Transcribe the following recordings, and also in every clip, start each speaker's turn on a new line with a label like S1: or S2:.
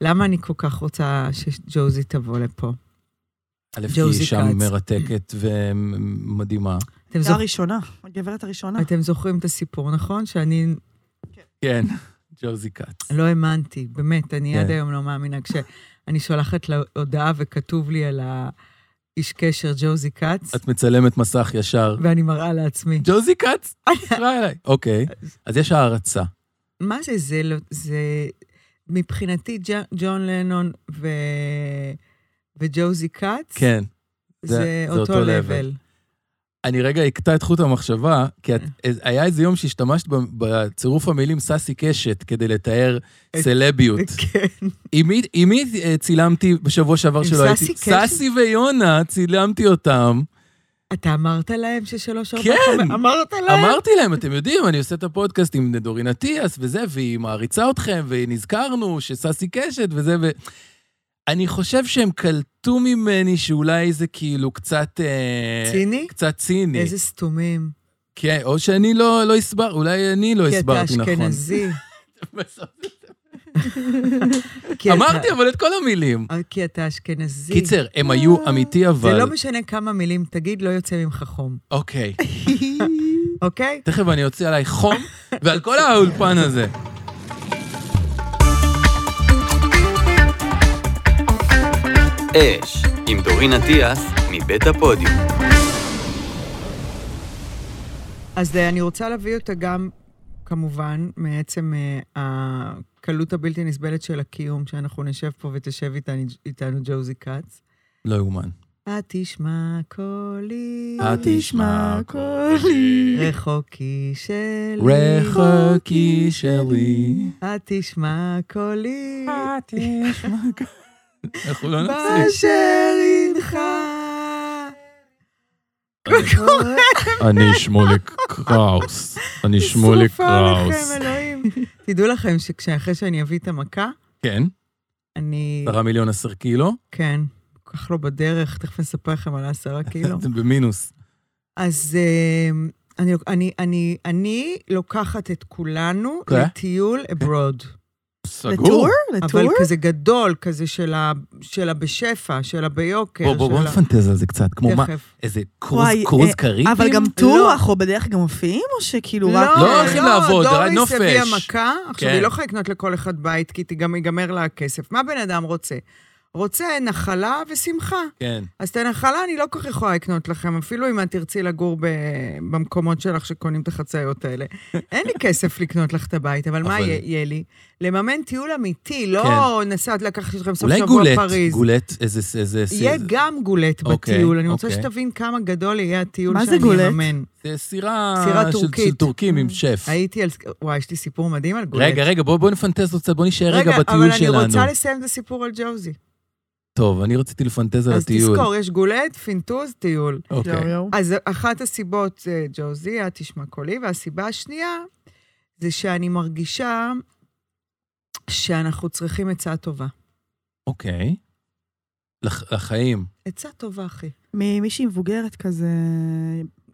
S1: למה אני כל כך רוצה שג'וזי תבוא לפה?
S2: א', כי היא
S1: ג'וזי
S2: אישה
S1: כץ.
S2: מרתקת ומדהימה.
S1: אתם,
S3: זה
S1: זוכ...
S3: הראשונה, הגברת הראשונה.
S1: אתם זוכרים את הסיפור, נכון? שאני
S2: כן, ג'וזי כץ.
S1: לא האמנתי, באמת, אני
S2: כן.
S1: עד היום לא מאמינה. כשאני שולחת לה הודעה וכתוב לי על האיש קשר ג'וזי כץ,
S2: את מצלמת מסך ישר.
S1: ואני מראה לעצמי.
S2: ג'וזי כץ, תקרא אליי. אוקיי, אז יש הערצה.
S1: מה זה, זה, לא- זה מבחינתי ג'- ג'ון לנון ו... וג'וזי כץ,
S2: כן.
S1: זה,
S2: זה- זה
S1: אותו
S2: אותו
S1: לבל.
S2: אני רגע אקטע את חוט המחשבה, כי את, היה איזה יום שהשתמשת ב- בצירוף המילים סאסי קשת כדי לתאר
S1: את-
S2: סלביות.
S1: כן.
S2: עם מי- עם מי אה, צילמתי בשבוע שעבר
S1: עם
S2: שלא
S1: סאסי
S2: הייתי?
S1: קשת?
S2: סאסי ויונה, צילמתי אותם.
S1: אתה אמרת להם ששלוש ארבע
S2: כן.
S1: חמש- אמרת להם?
S2: אמרתי להם, אתם יודעים, אני עושה את הפודקאסט עם דורין אטיאס וזה, והיא מעריצה אתכם, ונזכרנו שסאסי קשת וזה, ו... אני חושב שהם קלטו ממני שאולי זה כאילו קצת... אה,
S1: ציני?
S2: קצת ציני.
S1: איזה סתומים.
S2: כן, או שאני לא, לא הסבר, אולי אני לא
S1: כי אתה
S2: הסברתי נכון.
S1: אשכנזי. כי אתה- אה,
S2: אמרתי, אבל את כל המילים.
S1: כי אתה אשכנזי.
S2: קיצר, הם היו אמיתי,
S1: זה
S2: אבל...
S1: לא משנה כמה מילים תגיד, לא יוצא ממך חום,
S2: אוקיי.
S1: אוקיי?
S2: תכף אני אוציא עליי חום, ועל כל האולפן הזה.
S4: אש, עם דורין אטיאס, מבית הפודיום.
S1: אז אה, אני רוצה להביא אותה גם, כמובן, מעצם אה, הקלות הבלתי נסבלת של הקיום, שאנחנו נשב פה ותשב איתנו, איתנו ג'וזי כץ.
S2: לא יאומן.
S1: את תשמע קולי,
S2: את תשמע קולי.
S1: רחוקי שלי,
S2: רחוקי שלי.
S1: את תשמע קולי,
S2: אה, אנחנו לא נפסיק.
S1: באשר
S2: אוקיי.
S1: אינך.
S2: אה, אני שמוליק קראוס. אני
S1: שרופה עליכם, אלוהים. תדעו לכם שאחרי שאני אביא את המכה,
S2: כן,
S1: אני...
S2: 10 מיליון 10 קילו.
S1: כן, כל כך לא בדרך, תכף נספר לכם על העשרה קילו.
S2: זה במינוס.
S1: אז אמ, אני, לוק- אני, אני, אני לוקחת את כולנו
S2: כן.
S1: לטיול abroad.
S2: סגור.
S1: אבל כזה גדול, כזה של ה- של הבשפע, של הביוקר.
S2: בוא, בוא, בוא
S1: של ה-
S2: נפנטז על זה קצת. כמו מה,
S1: תכף.
S2: איזה
S3: וואי,
S2: קרוז
S3: אה,
S2: קריטים?
S3: אבל גם
S1: לא.
S3: טורח, או בדרך גם מופיעים, או שכאילו כאילו, רק...
S2: לא, הולכים לעבוד, רק נופש.
S1: דוריס הביאה מכה, עכשיו
S2: כן.
S1: היא לא יכולה לקנות לכל אחד בית, כי גם ייגמר לה הכסף. מה בן אדם רוצה? רוצה נחלה ושמחה.
S2: כן.
S1: אז את הנחלה אני לא כל כך יכולה לקנות לכם, אפילו אם את תרצי לגור ב... במקומות שלך שקונים את החצאיות האלה. אין לי כסף לקנות לך את הבית, אבל מה
S2: אבל- כן.
S1: יהיה- יהיה לי? לממן טיול אמיתי, לא נסעת לקחת אתכם סוף
S2: אולי
S1: שבוע
S2: גולט,
S1: פריז.
S2: גולט, איזה... איזה-
S1: יהיה גם גולט
S2: אוקיי,
S1: בטיול, אני רוצה
S2: אוקיי.
S1: שתבין כמה גדול יהיה הטיול
S3: מה זה
S1: שאני
S3: גולט?
S1: אממן.
S2: זה סירה...
S1: סירה
S2: של-
S1: טורקית. אה,
S2: של טורקים עם שף.
S1: הייתי על... וואי, יש לי סיפור מדהים על גולט.
S2: רגע, רגע, בוא בוא נפנטז עוד קצת, בוא נשאר רגע בטיול
S1: אבל אני
S2: שלנו.
S1: רוצה לסיים את הסיפור על ג'וזי.
S2: טוב, אני רציתי לפנטז על
S1: אז
S2: הטיול.
S1: תזכור, יש גולט, פינטוז, טיול.
S2: אוקיי.
S1: אז אחת הסיבות, אה, ג'וזי, את תשמע קולי, והסיבה השנייה, זה שאני מרגישה שאנחנו צריכים עצה טובה.
S2: אוקיי. לח- לחיים.
S1: עצה טובה, אחי.
S3: ממישהי מבוגרת כזה...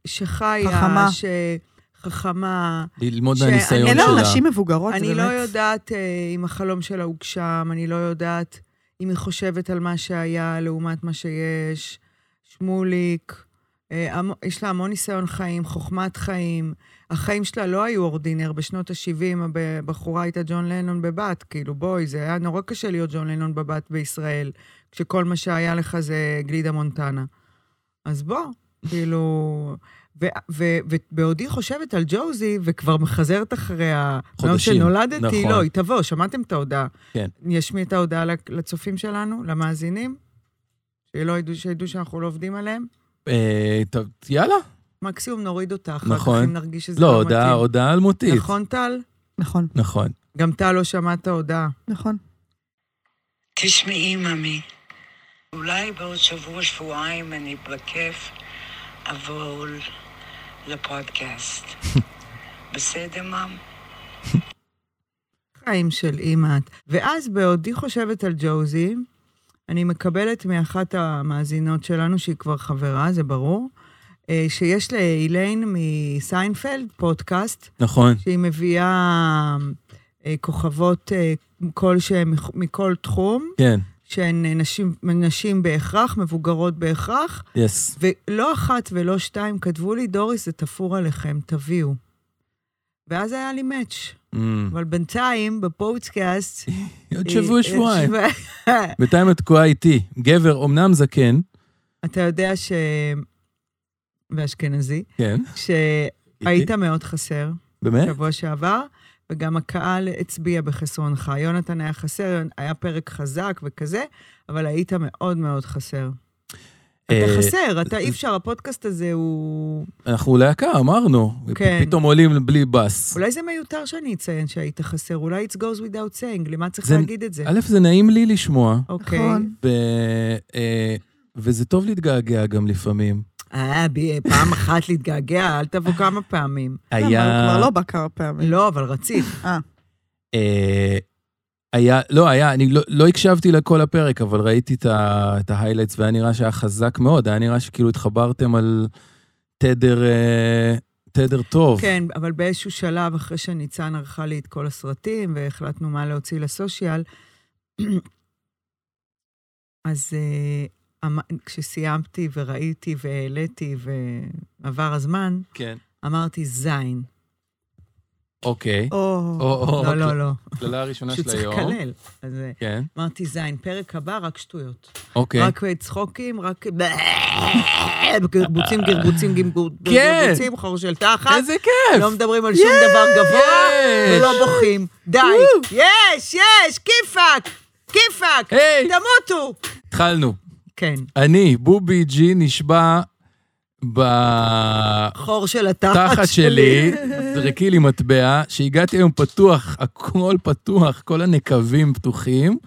S1: שחיה,
S3: חכמה.
S1: שחכמה,
S2: ללמוד
S1: שאני-
S2: מהניסיון
S3: אין
S1: אין
S2: שלה.
S3: לנו נשים מבוגרות,
S1: אני לא יודעת אה, אם החלום שלה הוגשם, אני לא יודעת אם היא חושבת על מה שהיה לעומת מה שיש. שמוליק, אה, המ- יש לה המון ניסיון חיים, חוכמת חיים. החיים שלה לא היו אורדינר. בשנות ה-70 הבחורה הייתה ג'ון לנון בבת, כאילו, בואי, זה היה נורא קשה להיות ג'ון לנון בבת בישראל, כשכל מה שהיה לך זה גלידה מונטנה. אז בוא, כאילו... ו- ו- ובעודי חושבת על ג'וזי, וכבר מחזרת אחרי ה... מהיום
S2: חודשים,
S1: שנולדתי,
S2: נכון.
S1: לא, היא תבוא, שמעתם את ההודעה.
S2: כן.
S1: נשמיע את ההודעה לצופים שלנו, למאזינים, שלא ידעו, שידעו שאנחנו לא עובדים עליהם.
S2: אה, טוב, יאללה.
S1: מקסימום נוריד אותה אחר
S2: נכון.
S1: כך, אם נרגיש שזה לא,
S2: לא,
S1: מתאים.
S2: הודעה- הודעה אלמותית.
S1: נכון, טל?
S3: נכון,
S2: נכון.
S1: גם טל לא שמע את ההודעה.
S3: נכון.
S5: תשמעי, ממי, אולי בעוד שבוע, שבועיים אני בכיף אבוא לפודקאסט. בסדר, מאם?
S1: חיים של אימא את. ואז בעודי חושבת על ג'וזי, אני מקבלת מאחת המאזינות שלנו, שהיא כבר חברה, זה ברור, אה, שיש לאיליין מסיינפלד פודקאסט,
S2: נכון.
S1: שהיא מביאה אה, כוכבות אה, כלשהן מכ- מכל תחום,
S2: כן,
S1: שהן אה, נשים, נשים בהכרח, מבוגרות בהכרח,
S2: יס.
S1: ולא אחת ולא שתיים כתבו לי, דוריס, זה תפור עליכם, תביאו. ואז היה לי מאץ',
S2: אמ,
S1: אבל בינתיים, בפודקאסט...
S2: עוד
S1: אה,
S2: שבוע,
S1: אה,
S2: שבועיים.
S1: שבוע-
S2: בינתיים את תקועה איתי. גבר, אמנם זקן,
S1: אתה יודע ש... ואשכנזי,
S2: כן,
S1: שהיית
S2: איתי. אה?
S1: מאוד חסר
S2: באמת?
S1: שבוע שעבר, וגם הקהל הצביע בחסרונך. יונתן היה חסר, היה פרק חזק וכזה, אבל היית מאוד מאוד חסר. אתה
S2: אה,
S1: חסר, אתה אי אפשר, הפודקאסט הזה הוא...
S2: אנחנו להקה, אמרנו.
S1: כן.
S2: פ- פתאום עולים בלי בס.
S1: אולי זה מיותר שאני אציין שהיית חסר, אולי it's goes without saying, למה צריך
S2: זה-
S1: להגיד את זה?
S2: א', זה נעים לי לשמוע,
S1: אוקיי.
S3: נכון.
S2: ו- אה, וזה טוב להתגעגע גם לפעמים.
S1: אה, בי- פעם אחת להתגעגע, אל תבוא כמה פעמים.
S3: למה?
S2: היה...
S3: הוא כבר לא בא כמה פעמים.
S1: לא, אבל רצית.
S2: אה, היה, לא, היה, אני לא, לא הקשבתי לכל הפרק, אבל ראיתי את ה- את ההיילייטס, והיה נראה שהיה חזק מאוד, היה נראה שכאילו התחברתם על תדר, אה, תדר טוב.
S1: כן, אבל באיזשהו שלב, אחרי שניצן ערכה לי את כל הסרטים, והחלטנו מה להוציא לסושיאל, אז uh, כשסיימתי וראיתי והעליתי ועבר הזמן,
S2: כן.
S1: אמרתי זין.
S2: אוקיי.
S3: או,
S2: או,
S1: לא,
S2: או,
S1: לא, לא.
S2: הקללה הראשונה
S1: פשוט
S2: של
S1: צריך
S2: היום.
S1: לקלל. אז אה,
S2: כן,
S1: אמרתי זין, פרק הבא, רק שטויות.
S2: אוקיי.
S1: רק אה, צחוקים, רק... גרבוצים, גרבוצים, גמגור-
S2: כן.
S1: גרבוצים, חור של תחת.
S2: איזה כיף!
S1: לא מדברים על שום דבר גבוה,
S2: יש.
S1: ולא בוכים. די. יש, יש, כיפאק, כיפאק,
S2: היי,
S1: תמותו.
S2: התחלנו.
S1: כן,
S2: אני, בובי ג'י, נשבע
S1: חור של התחת
S2: בתחת שלי, זרקי לי מטבע, שהגעתי היום פתוח, הכל פתוח, כל הנקבים פתוחים.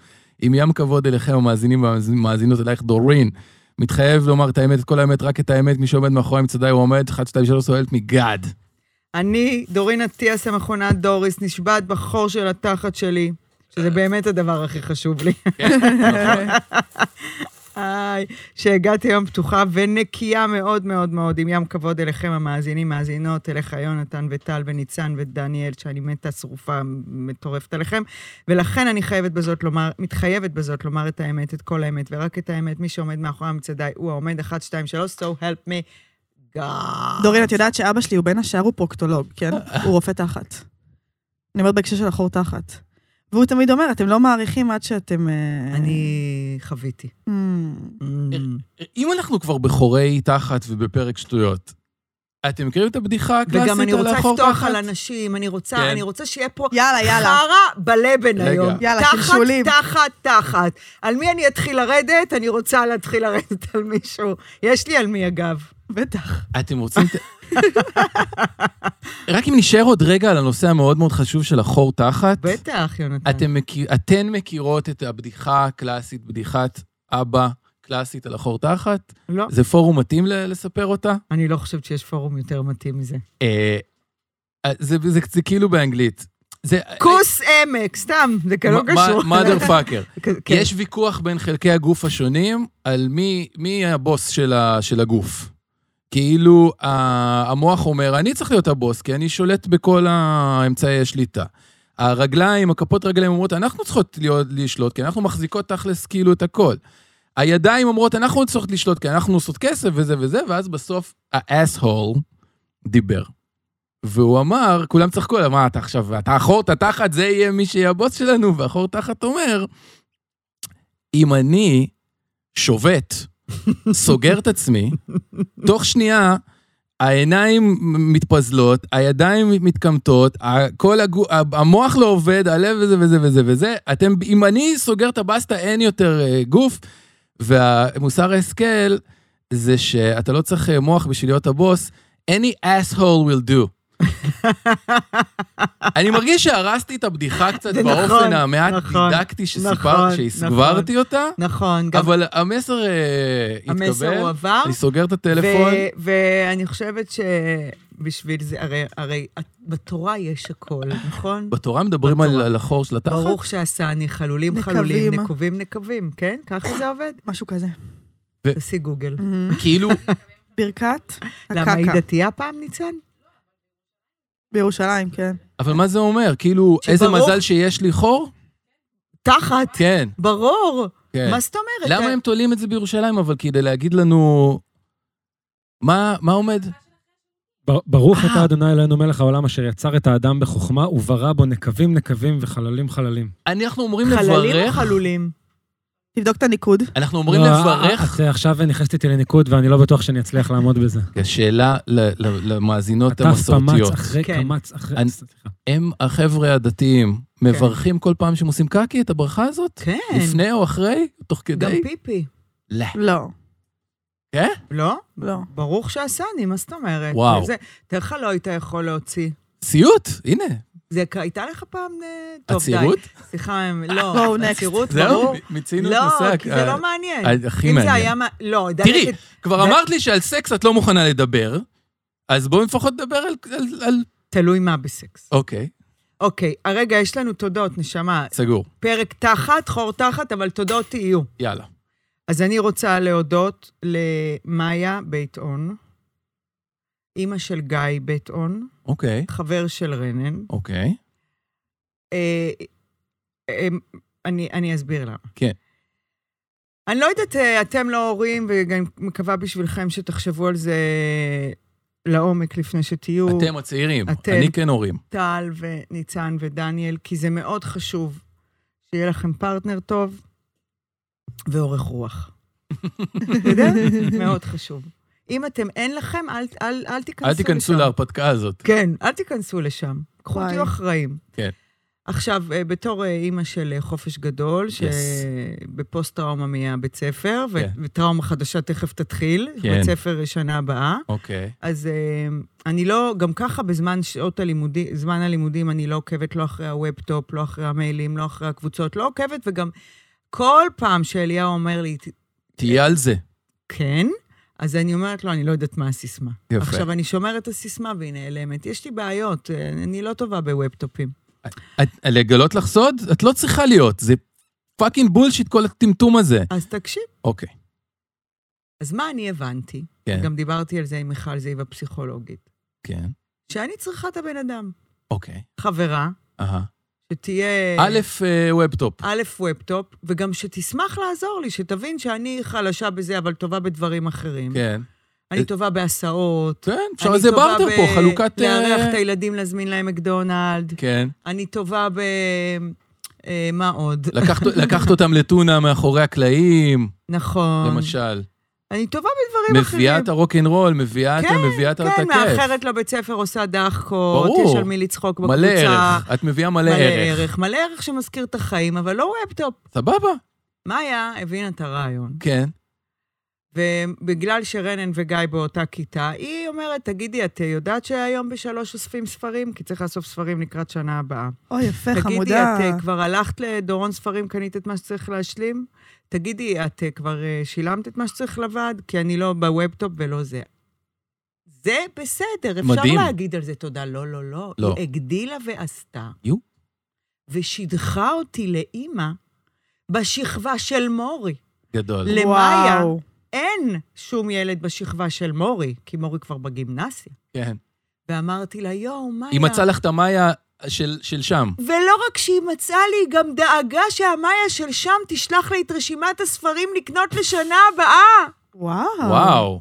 S2: עם ים כבוד אליכם, המאזינים והמאזינות אלייך, דורין. מתחייב לומר את האמת, את כל האמת, רק את האמת, מי שעומד מאחורי מצעדיי הוא עומד, 1, 2, 3, סוללת מגד.
S1: אני, דורין אטיאס, המכונת דוריס, נשבעת בחור של התחת שלי, שזה באמת הדבר הכי חשוב לי. היי, שהגעתי היום פתוחה ונקייה מאוד מאוד מאוד, עם ים כבוד אליכם המאזינים, מאזינות, אליך יונתן וטל וניצן ודניאל, שאני מתה שרופה מטורפת עליכם, ולכן אני חייבת בזאת לומר, מתחייבת בזאת לומר את האמת, את כל האמת, ורק את האמת, מי שעומד מאחורי המצדיי הוא העומד 1, 2, 3, so help me God.
S3: דורין, את יודעת שאבא שלי הוא בין השאר הוא פרוקטולוג, כן? הוא רופא תחת. אני אומרת בהקשר של החור תחת. והוא תמיד אומר, אתם לא מעריכים עד שאתם... אה,
S1: אני חוויתי.
S3: אמ,
S2: אם אנחנו כבר בחורי תחת ובפרק שטויות, אתם מכירים את הבדיחה הקלאסית
S1: וגם אני
S2: על
S1: רוצה
S2: החור
S1: לפתוח
S2: תחת?
S1: על אנשים, אני
S2: כן.
S1: רוצה, אני רוצה שיהיה פה
S3: יאללה, יאללה.
S1: חרא בלבן
S2: רגע.
S1: היום.
S3: יאללה,
S1: תחת,
S3: שלשולים.
S1: תחת, תחת. על מי אני אתחיל לרדת? אני רוצה להתחיל לרדת על מישהו. יש לי על מי, אגב.
S3: בטח.
S2: אתם רוצים... את- רק אם נשאר עוד רגע על הנושא המאוד מאוד חשוב של החור תחת.
S1: בטח, יונתן.
S2: אתם מכיר, אתן מכירות את הבדיחה הקלאסית, בדיחת אבא קלאסית על החור תחת?
S1: לא,
S2: זה פורום מתאים ל- לספר אותה?
S1: אני לא חושבת שיש פורום יותר מתאים מזה.
S2: אה, אה, זה, זה, זה, כאילו באנגלית. זה... אה,
S1: כוס עמק, סתם, זה כאילו לא קשור.
S2: מאדר פאקר.
S1: כן.
S2: יש ויכוח בין חלקי הגוף השונים על מי, מי הבוס של, ה, של הגוף. כאילו, ה- המוח אומר, אני צריך להיות הבוס, כי אני שולט בכל האמצעי השליטה. הרגליים, הכפות רגליים אומרות, אנחנו צריכות להיות, לשלוט, כי אנחנו מחזיקות תכלס כאילו את הכל. הידיים אומרות, אנחנו צריכות לשלוט, כי אנחנו עושות כסף וזה וזה, ואז בסוף האסהול דיבר. והוא אמר, כולם צחקו עליו, מה אתה עכשיו, אתה החור, אתה תחת, זה יהיה מי שיהיה הבוס שלנו, והחור תחת אומר, אם אני שובת, סוגר את עצמי, תוך שנייה העיניים מתפזלות, הידיים מתקמטות, ה- כל הגו... ה- המוח לא עובד, הלב וזה וזה וזה וזה. אתם, אם אני סוגר את הבסטה, אין יותר אה, גוף. והמוסר ההשכל זה שאתה לא צריך אה, מוח בשביל להיות הבוס, any asshole will do. אני מרגיש שהרסתי את הבדיחה קצת
S1: זה נכון,
S2: באופן המעט
S1: נכון,
S2: דידקטי
S1: נכון,
S2: שסיפר- שהסברתי אותה.
S1: נכון, גם
S2: אבל המסר אה,
S1: המסר
S2: התקבל,
S1: הועבר.
S2: אני סוגר את הטלפון.
S1: ו- ואני חושבת שבשביל זה, הרי, הרי את- בתורה יש הכל, נכון?
S2: בתורה מדברים על
S1: בתורה.
S2: על החור של התחת?
S1: ברוך שעשני, חלולים
S3: נקבים.
S1: חלולים, נקובים נקבים, כן? ככה זה עובד?
S2: אה,
S3: משהו כזה.
S1: תעשי גוגל.
S2: כאילו,
S3: ברכת
S1: למה היא
S3: הקקה.
S1: דתייה פעם, ניצן?
S3: בירושלים, כן.
S2: אבל מה זה אומר? כאילו,
S1: שברור.
S2: איזה מזל שיש לי חור?
S1: תחת,
S2: כן,
S1: ברור.
S2: כן.
S1: מה זאת אומרת?
S2: למה הם תולים את זה בירושלים, אבל כדי להגיד לנו... מה, מה עומד?
S6: בר- ברוך
S2: אה.
S6: אתה אדוני אלוהינו מלך העולם אשר יצר את האדם בחוכמה וברא בו נקבים נקבים וחללים חללים.
S2: אנחנו אומרים
S1: אה, חללים או
S2: לברך,
S1: חלולים?
S3: תבדוק את הניקוד.
S2: אנחנו אומרים
S6: לא,
S2: לברך.
S6: את אה, עכשיו נכנסת איתי לניקוד ואני לא בטוח שאני אצליח לעמוד בזה.
S1: אה.
S2: השאלה ל- ל- למאזינות
S6: הטף
S2: המסורתיות,
S6: קמץ אחרי
S1: כן.
S6: קמץ אחרי...
S2: אני-
S6: סליחה.
S2: הם החבר'ה הדתיים מברכים כל פעם שהם עושים קקי את הברכה הזאת?
S1: כן.
S2: לפני או אחרי? תוך
S1: גם
S2: כדי?
S1: פיפי.
S2: לא.
S3: לא,
S2: כן?
S1: לא?
S3: לא.
S1: ברוך שעשני, מה זאת אומרת?
S2: וואו.
S1: זה, תאר לך לא היית יכול להוציא.
S2: סיוט, הנה,
S1: זה כ- הייתה לך פעם... אה, טוב, די.
S2: עצירות.
S1: סליחה, הם- לא,
S3: בואו, next.
S1: עצירות,
S2: זהו,
S1: ברור.
S2: מיצינו את נושא...
S1: לא,
S2: ה-
S1: כי זה לא מעניין.
S2: ה- הכי
S1: אם זה
S2: מעניין.
S1: היה... מה- לא, די.
S2: תראי,
S1: לתת-
S2: כבר
S1: זה-
S2: אמרת לי שעל סקס את לא מוכנה לדבר, אז בואי לפחות נדבר על- על... על-
S1: תלוי מה בסקס.
S2: אוקיי,
S1: אוקיי, הרגע יש לנו תודות, נשמה.
S2: סגור.
S1: פרק תחת, חור תחת, אבל תודות יהיו.
S2: יאללה.
S1: אז אני רוצה להודות למאיה בית און, אימא של גיא בית און,
S2: אוקיי,
S1: חבר של רנן.
S2: אוקיי.
S1: אה, אה, אני, אני אסביר למה.
S2: כן.
S1: אני לא יודעת, אה, אתם לא הורים, וגם מקווה בשבילכם שתחשבו על זה לעומק לפני שתהיו,
S2: אתם הצעירים,
S1: אתם.
S2: אני כן הורים.
S1: טל וניצן ודניאל, כי זה מאוד חשוב שיהיה לכם פרטנר טוב ואורך רוח. אתה יודע? מאוד חשוב. אם אתם, אין לכם, אל, אל, אל תיכנסו
S2: אל
S1: לשם.
S2: תיכנסו להרפתקה הזאת.
S1: כן, אל תיכנסו לשם. קחו,
S3: וואי.
S1: תהיו אחראים.
S2: כן.
S1: עכשיו, אה, בתור אה, אימא של אה, חופש גדול, שבפוסט-טראומה מהבית ספר, ו-
S2: כן.
S1: וטראומה חדשה תכף תתחיל,
S2: כן.
S1: בית ספר אה, שנה הבאה,
S2: אוקיי.
S1: אז אה, אני לא, גם ככה בזמן שעות הלימודים, זמן הלימודים, אני לא עוקבת לא אחרי הוובטופ, לא אחרי המיילים, לא אחרי הקבוצות, לא עוקבת, וגם כל פעם שאליהו אומר לי, "ת-
S2: תהיה על זה.
S1: כן, אז אני אומרת לו, אני לא יודעת מה הסיסמה.
S2: יפה.
S1: עכשיו, אני שומרת את הסיסמה והיא נעלמת. יש לי בעיות, אה, אני לא טובה בוובטופים.
S2: את- לגלות לך סוד? את לא צריכה להיות, זה פאקינג בולשיט כל הטמטום הזה.
S1: אז תקשיב.
S2: אוקיי,
S1: אז מה אני הבנתי?
S2: כן.
S1: גם דיברתי על זה עם מיכל זיו הפסיכולוגית.
S2: כן,
S1: שאני צריכה את הבן אדם.
S2: אוקיי.
S1: חברה,
S2: אהה.
S1: שתהיה...
S2: א', אה, ובטופ.
S1: א', וובטופ, וגם שתשמח לעזור לי, שתבין שאני חלשה בזה, אבל טובה בדברים אחרים.
S2: כן.
S1: אני טובה בהסעות.
S2: כן, אפשר
S1: אני
S2: איזה
S1: טובה
S2: בארטר
S1: ב-
S2: פה, חלוקת... אה,
S1: לארח את הילדים, להזמין להם מקדונלד.
S2: כן.
S1: אני טובה ב... אה, מה עוד?
S2: לקחת- לקחת אותם לטונה מאחורי הקלעים,
S1: נכון.
S2: למשל.
S1: אני טובה בדברים אחרים.
S2: מביאה את הרוקנרול, מביאה את
S1: כן,
S2: מביאה את
S1: כן,
S2: הכיף.
S1: מאחרת לבית ספר, עושה דחקות,
S2: ברור.
S1: יש על מי לצחוק בקבוצה.
S2: מלא ערך, את מביאה מלא ערך.
S1: מלא ערך שמזכיר את החיים, אבל לא וובטופ.
S2: סבבה,
S1: מאיה הבינה את הרעיון,
S2: כן.
S1: ובגלל שרנן וגיא באותה כיתה, היא אומרת, תגידי, את יודעת שהיום בשלוש אוספים ספרים? כי צריך לאסוף ספרים לקראת שנה הבאה.
S3: אוי, יפה,
S1: תגידי,
S3: חמודה.
S1: את אה, כבר הלכת לדורון ספרים, קנית את מה שצריך להשלים? תגידי, את אה, כבר אה, שילמת את מה שצריך לוועד? כי אני לא בוובטופ ולא זה. זה בסדר, אפשר
S2: מדהים.
S1: להגיד על זה תודה. לא, לא, לא.
S2: לא.
S1: היא הגדילה ועשתה.
S2: יו.
S1: ושידחה אותי לאימא בשכבה של מורי.
S2: גדול.
S1: ל- למאיה.
S3: וואו.
S1: אין שום ילד בשכבה של מורי, כי מורי כבר בגימנסיה.
S2: כן.
S1: ואמרתי לה, יואו, מאיה.
S2: היא מצאה לך את המאיה של של שם.
S1: ולא רק שהיא מצאה לי, היא גם דאגה שהמאיה של שם תשלח לי את רשימת הספרים לקנות לשנה הבאה.
S3: וואו.
S2: וואו.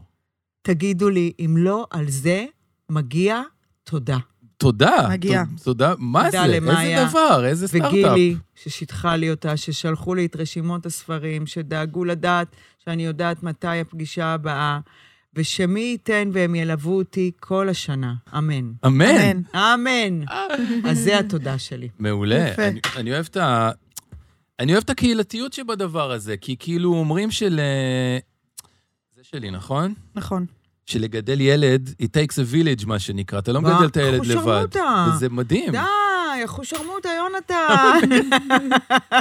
S1: תגידו לי, אם לא על זה, מגיע תודה.
S2: תודה.
S3: מגיע.
S2: ת- תודה. מה זה?
S1: תודה
S2: איזה
S1: למאיה
S2: דבר? איזה סטארט-אפ.
S1: וגילי, ששיתחה לי אותה, ששלחו לי את רשימות הספרים, שדאגו לדעת שאני יודעת מתי הפגישה הבאה, ושמי ייתן והם ילוו אותי כל השנה. אמן.
S2: אמן.
S3: אמן.
S1: אמן.
S2: אה.
S1: אז זה התודה שלי.
S2: מעולה.
S3: יפה.
S2: אני- אני אוהב את ה... אני אוהב את הקהילתיות שבדבר הזה, כי כאילו אומרים של... אה, זה שלי, נכון?
S3: נכון.
S2: שלגדל ילד, it takes a village, מה שנקרא. אתה לא
S1: מה?
S2: מגדל את הילד
S1: אחו
S2: לבד.
S1: שרמוטה.
S2: וזה מדהים.
S1: די, אחושרמוטה, יונתן.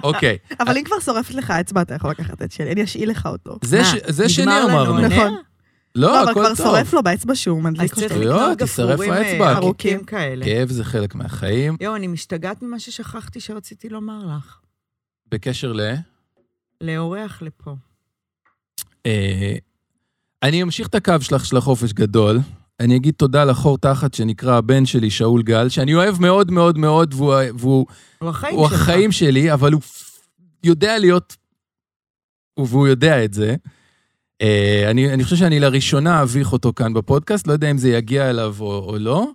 S2: אוקיי.
S3: אבל אם כבר שורפת לך אצבע, אתה יכול לקחת את שלי, אני אשאיל לך אותו.
S2: זה ש-
S1: מה,
S2: זה
S1: נגמר
S2: שני
S1: לנו,
S2: אמרנו. נכון.
S1: הנר?
S3: נכון. לא,
S2: לא,
S3: אבל
S2: הכל
S3: כבר
S2: טוב. לא,
S3: שורף לו באצבע שהוא
S1: אז
S3: מדליק
S1: צריך
S3: אותו.
S1: לקנות
S2: שטויות, תשרף
S1: גפרורים אה,
S2: האצבע.
S1: ארוכים כאלה.
S2: כאב זה חלק מהחיים.
S1: יואו, אני משתגעת ממה ששכחתי שרציתי לומר לך.
S2: בקשר ל...
S1: לאורח לפה.
S2: אה, אני אמשיך את הקו שלך של החופש גדול. אני אגיד תודה לחור תחת שנקרא הבן שלי, שאול גל, שאני אוהב מאוד מאוד מאוד, והוא, והוא
S1: הוא החיים
S2: הוא
S1: שלך.
S2: החיים שלי, אבל הוא יודע להיות, והוא יודע את זה. אה, אני, אני חושב שאני לראשונה אביך אותו כאן בפודקאסט, לא יודע אם זה יגיע אליו או, או לא.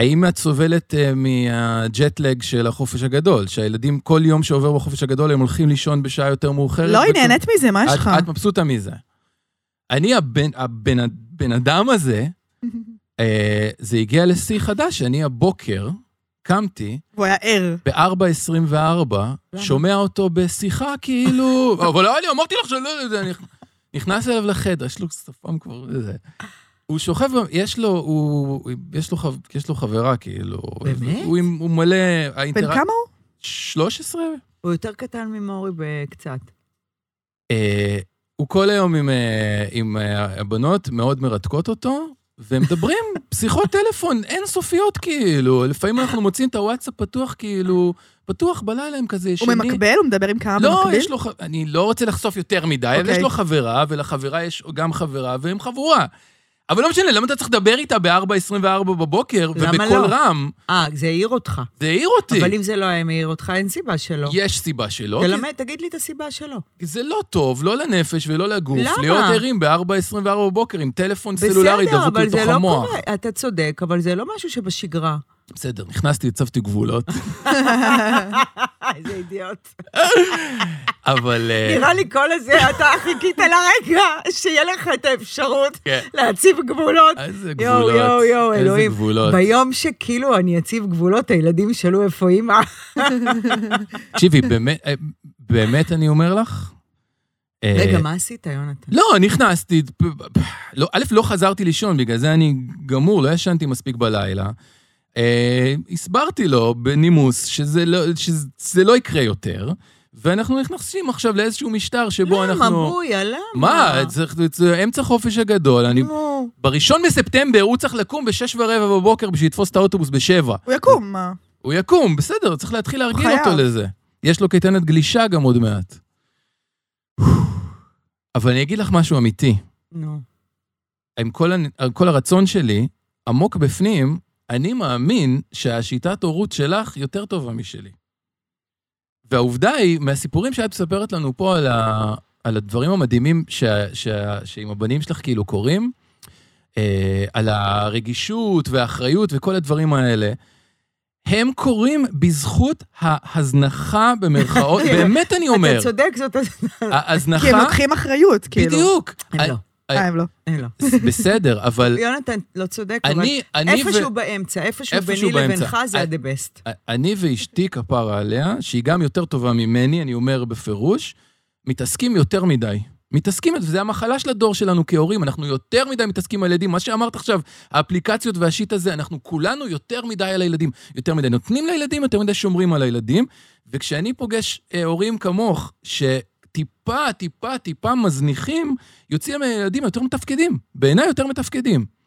S2: האם את סובלת אה, מהג'טלג של החופש הגדול? שהילדים כל יום שעובר בחופש הגדול הם הולכים לישון בשעה יותר מאוחרת?
S3: לא, היא
S2: וכו-
S3: נהנית מזה, מה יש
S2: את-
S3: לך?
S2: את מבסוטה מזה. אני הבן, הבן, הבן אדם הזה, אה, זה הגיע לשיא חדש, אני הבוקר קמתי
S3: הוא היה ער.
S2: ב-4.24, שומע אותו בשיחה כאילו, אבל לא, אני אמרתי לך שלא, זה, אני נכנס אליו לחדר, יש לו שפם כבר, זה. הוא שוכב, יש לו, הוא, יש לו, חב, יש לו חברה כאילו.
S1: באמת?
S2: הוא, עם- הוא מלא,
S3: בן
S2: האינטראקציה,
S3: כמה הוא?
S2: 13?
S1: הוא יותר קטן ממורי בקצת.
S2: אה, הוא כל היום עם, אה, עם אה, הבנות, מאוד מרתקות אותו, ומדברים שיחות טלפון אינסופיות, כאילו. לפעמים אנחנו מוצאים את הוואטסאפ פתוח, כאילו, פתוח בלילה הם כזה
S3: הוא ממקבל? הוא מדבר עם
S1: אה,
S3: כמה
S2: לא,
S3: במקביל?
S2: יש לו, ח- אני לא רוצה לחשוף יותר מדי, אבל
S3: אוקיי.
S2: יש לו חברה, ולחברה יש גם חברה, והם חבורה. אבל לא משנה, למה אתה צריך לדבר איתה ב-4.24 בבוקר,
S1: למה
S2: ובקול
S1: לא?
S2: רם?
S1: אה, זה העיר אותך.
S2: זה העיר אותי.
S1: אבל אם לא. זה לא היה מעיר אותך, אין סיבה שלא.
S2: יש סיבה שלא, כי
S1: תלמד, תגיד לי את הסיבה שלו.
S2: זה לא טוב, לא לנפש ולא לגוף,
S1: למה?
S2: להיות ערים ב-4.24 בבוקר עם טלפון סלולרי
S1: בסדר,
S2: דבוק
S1: אבל זה
S2: לתוך
S1: לא
S2: המוח.
S1: קורה. אתה צודק, אבל זה לא משהו שבשגרה.
S2: בסדר, נכנסתי, הצבתי גבולות,
S1: איזה אידיוט.
S2: אבל... אה,
S1: נראה לי כל הזה, אתה חיכית לרגע שיהיה לך את האפשרות
S2: כן.
S1: להציב גבולות.
S2: איזה
S1: יואו,
S2: גבולות.
S1: יואו, יואו, אלוהים.
S2: איזה גבולות.
S1: ביום שכאילו אני אציב גבולות, הילדים ישאלו איפה
S2: אה.
S1: אימא.
S2: תקשיבי, באמת- אה, באמת אני אומר לך... אה,
S1: רגע, מה עשית, יונתן?
S2: לא, נכנסתי, פ- פ- לא, א', לא חזרתי לישון, בגלל זה אני גמור, לא ישנתי מספיק בלילה. אה, הסברתי לו בנימוס שזה לא, שזה לא יקרה יותר, ואנחנו נכנסים עכשיו לאיזשהו משטר שבו אנחנו...
S1: למה, בויה, למה?
S2: מה, צריך, זה אמצע חופש הגדול, אני...
S1: נו,
S2: בראשון בספטמבר הוא צריך לקום בשש ורבע בבוקר בשביל לתפוס את האוטובוס בשבע.
S3: הוא יקום, מה?
S2: הוא יקום, בסדר, צריך להתחיל להרגיל
S3: חייב.
S2: אותו לזה. יש לו קייטנת גלישה גם עוד מעט. אבל אני אגיד לך משהו אמיתי.
S1: נו.
S2: עם כל, הנ- עם כל הרצון שלי, עמוק בפנים, אני מאמין שהשיטת הורות שלך יותר טובה משלי. והעובדה היא, מהסיפורים שאת מספרת לנו פה על, ה, על הדברים המדהימים ש, ש, שעם הבנים שלך כאילו קורים, אה, על הרגישות והאחריות וכל הדברים האלה, הם קורים בזכות ההזנחה במרכאות, באמת אני אומר,
S1: אתה צודק, זאת...
S2: ההזנחה,
S3: כי הם לוקחים אחריות, כאילו.
S2: נכון. בדיוק,
S1: הם לא,
S3: אה, הם לא.
S1: הם לא.
S2: בסדר, אבל
S1: יונתן לא צודק, אבל
S2: אני, אני
S1: איפשהו באמצע, איפשהו
S2: איפשהו
S1: ביני
S2: באמצע.
S1: לבינך זה
S2: אה,
S1: ה-the best.
S2: אני ואשתי כפרה עליה, שהיא גם יותר טובה ממני, אני אומר בפירוש, מתעסקים יותר מדי. מתעסקים, וזה המחלה של הדור שלנו כהורים, אנחנו יותר מדי מתעסקים על ילדים. מה שאמרת עכשיו, האפליקציות והשיט הזה, אנחנו כולנו יותר מדי על הילדים. יותר מדי נותנים לילדים, יותר מדי שומרים על הילדים. וכשאני פוגש אה, הורים כמוך, שטיפה, טיפה, טיפה מזניחים, יוצאים מהילדים יותר מתפקדים. בעיניי יותר מתפקדים.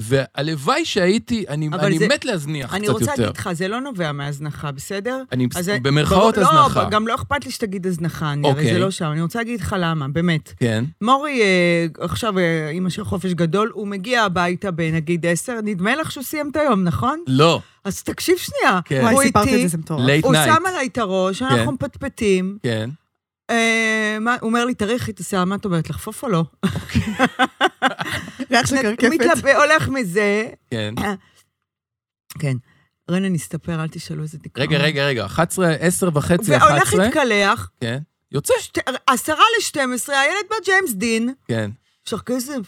S2: והלוואי שהייתי, אני,
S1: אבל
S2: אני
S1: זה-
S2: מת להזניח קצת
S1: אני
S2: יותר.
S1: רוצה להגיד לך, זה לא נובע מהזנחה, בסדר?
S2: אני
S1: אז-
S2: במרכאות
S1: ברור-
S2: הזנחה.
S1: לא, גם לא אכפת לי שתגיד הזנחה, אני הרי
S2: אוקיי.
S1: זה לא שם. אני רוצה להגיד לך למה, באמת.
S2: כן.
S1: מורי, אה, עכשיו אה, אימא של חופש גדול, הוא מגיע הביתה בנגיד עשר, נדמה לך שהוא סיים את היום, נכון?
S2: לא,
S1: אז תקשיב שנייה.
S2: כן.
S3: וואי,
S1: הוא
S3: סיפרתי את
S1: איתי,
S3: זה, זה מטורף.
S2: late
S1: הוא
S2: night.
S1: שם עליי את הראש, אנחנו מפטפטים,
S2: כן.
S1: אה, מה- הוא אומר לי, תריחי את השיער, מה את אומרת, לחפוף או לא?
S3: ריח של קרקפת.
S1: מתלבא, הולך מזה.
S2: כן.
S1: כן. רנה, נסתפר, אל תשאלו איזה דיכאון.
S2: רגע, רגע, רגע, 11, 10 וחצי, 11.
S1: והולך להתקלח,
S2: כן. יוצא.
S1: שת- עשרה לשתים עשרה, הילד בא ג'יימס דין,
S2: כן.
S1: יש לך כסף?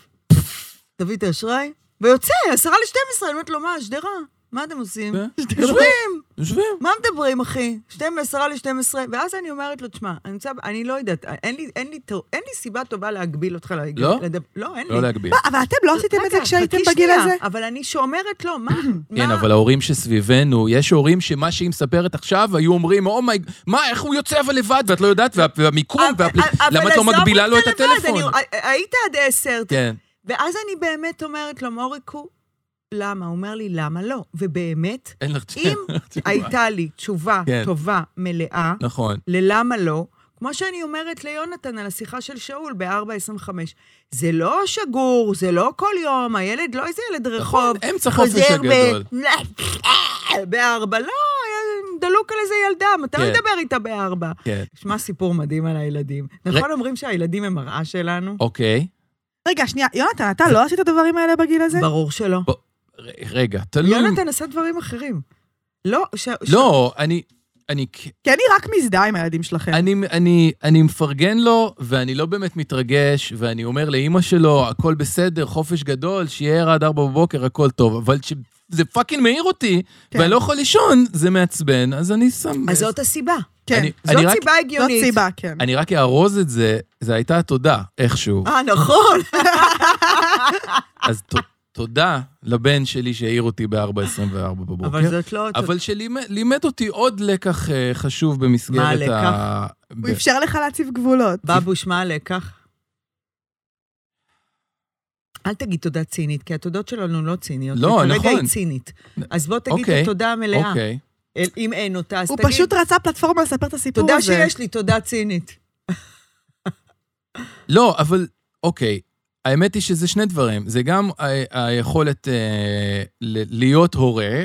S1: תביא את האשראי, ויוצא, עשרה לשתים עשרה, אני אומרת לו, מה, שדרה? מה אתם עושים?
S2: כן.
S1: מדברים,
S2: יושבים.
S1: מה מדברים, אחי? שתים עשרה לשתים עשרה, ואז אני אומרת לו, תשמע, אני נמצא- אני לא יודעת, אין לי- אין לי תו- אין לי סיבה טובה להגביל אותך. להג-
S2: לא?
S1: לדבר- לא, אין לי.
S2: לא להגביל.
S3: מה, אבל אתם לא עשיתם את זה
S1: רגע,
S3: כשהייתם
S1: חכי
S3: בגיל
S1: שנייה,
S3: הזה?
S1: אבל אני שאומרת לו, מה?
S2: כן,
S1: מה-
S2: אבל ההורים שסביבנו, יש הורים שמה שהיא מספרת עכשיו, היו אומרים, אומי, מה, איך הוא יוצא אבל לבד, ואת לא יודעת, וה- והמיקום,
S1: אבל-
S2: והפל-
S1: אבל
S2: למה את לא
S1: עזוב
S2: מגבילה לו את
S1: אותה לבד,
S2: הטלפון?
S1: אני- היית עד עשר,
S2: כן,
S1: ואז אני באמת אומרת לו, מוריקו, למה? הוא אומר לי, למה לא? ובאמת,
S2: אין לך
S1: אם
S2: תשובה.
S1: הייתה לי תשובה
S2: כן.
S1: טובה, מלאה,
S2: נכון.
S1: ללמה לא, כמו שאני אומרת ליונתן על השיחה של שאול ב-4.25, זה לא שגור, זה לא כל יום, הילד לא איזה ילד רחוב.
S2: אמצע נכון, חופש הגדול.
S1: ב... בארבע, לא, דלוק על איזה ילדה, מתי
S2: כן.
S1: כן. לדבר איתה בארבע?
S2: כן.
S1: שמע סיפור מדהים על הילדים. נכון אומרים שהילדים הם מראה שלנו?
S2: אוקיי.
S3: רגע, שנייה, יונתן, אתה לא עשית את הדברים האלה בגיל הזה?
S1: ברור שלא.
S2: ר- רגע, תלוי.
S1: יונתן עשה דברים אחרים. לא, ש... ש-
S2: לא, אני... אני, כ-
S3: כי אני רק מזדהה עם הילדים שלכם.
S2: אני, אני, אני מפרגן לו, ואני לא באמת מתרגש, ואני אומר לאימא שלו, הכל בסדר, חופש גדול, שיהיה ער עד ארבע בבוקר, הכל טוב. אבל כשזה פאקינג מעיר אותי,
S3: כן.
S2: ואני לא יכול לישון, זה מעצבן, אז אני שם...
S1: אז זאת הסיבה.
S3: כן,
S2: אני-
S1: זאת
S2: רק-
S1: סיבה
S3: זאת
S1: הגיונית.
S3: סיבה, כן.
S2: אני רק אארוז את זה, זה הייתה התודה, איכשהו.
S1: אה, נכון.
S2: אז ת- תודה לבן שלי שהעיר אותי ב-4.24 בבוקר.
S1: אבל זאת לא...
S2: אוקיי. אבל שלימד אותי עוד לקח אה, חשוב במסגרת ה...
S1: מה הלקח?
S2: ב-
S3: הוא אפשר לך להציב גבולות.
S1: בבוש, מה הלקח? אל תגיד תודה צינית, כי התודות שלנו לא ציניות.
S2: לא,
S1: כרגע
S2: נכון.
S1: היא צינית. אז בוא תגיד את
S2: אוקיי.
S1: התודה המלאה.
S2: אוקיי.
S1: אל- אם אין אותה, אז
S3: הוא
S1: תגיד,
S3: פשוט רצה פלטפורמה לספר את הסיפור
S1: תודה
S3: הזה.
S1: שיש לי, תודה צינית.
S2: לא, אבל אוקיי. האמת היא שזה שני דברים. זה גם ה- היכולת אה, ל- להיות הורה,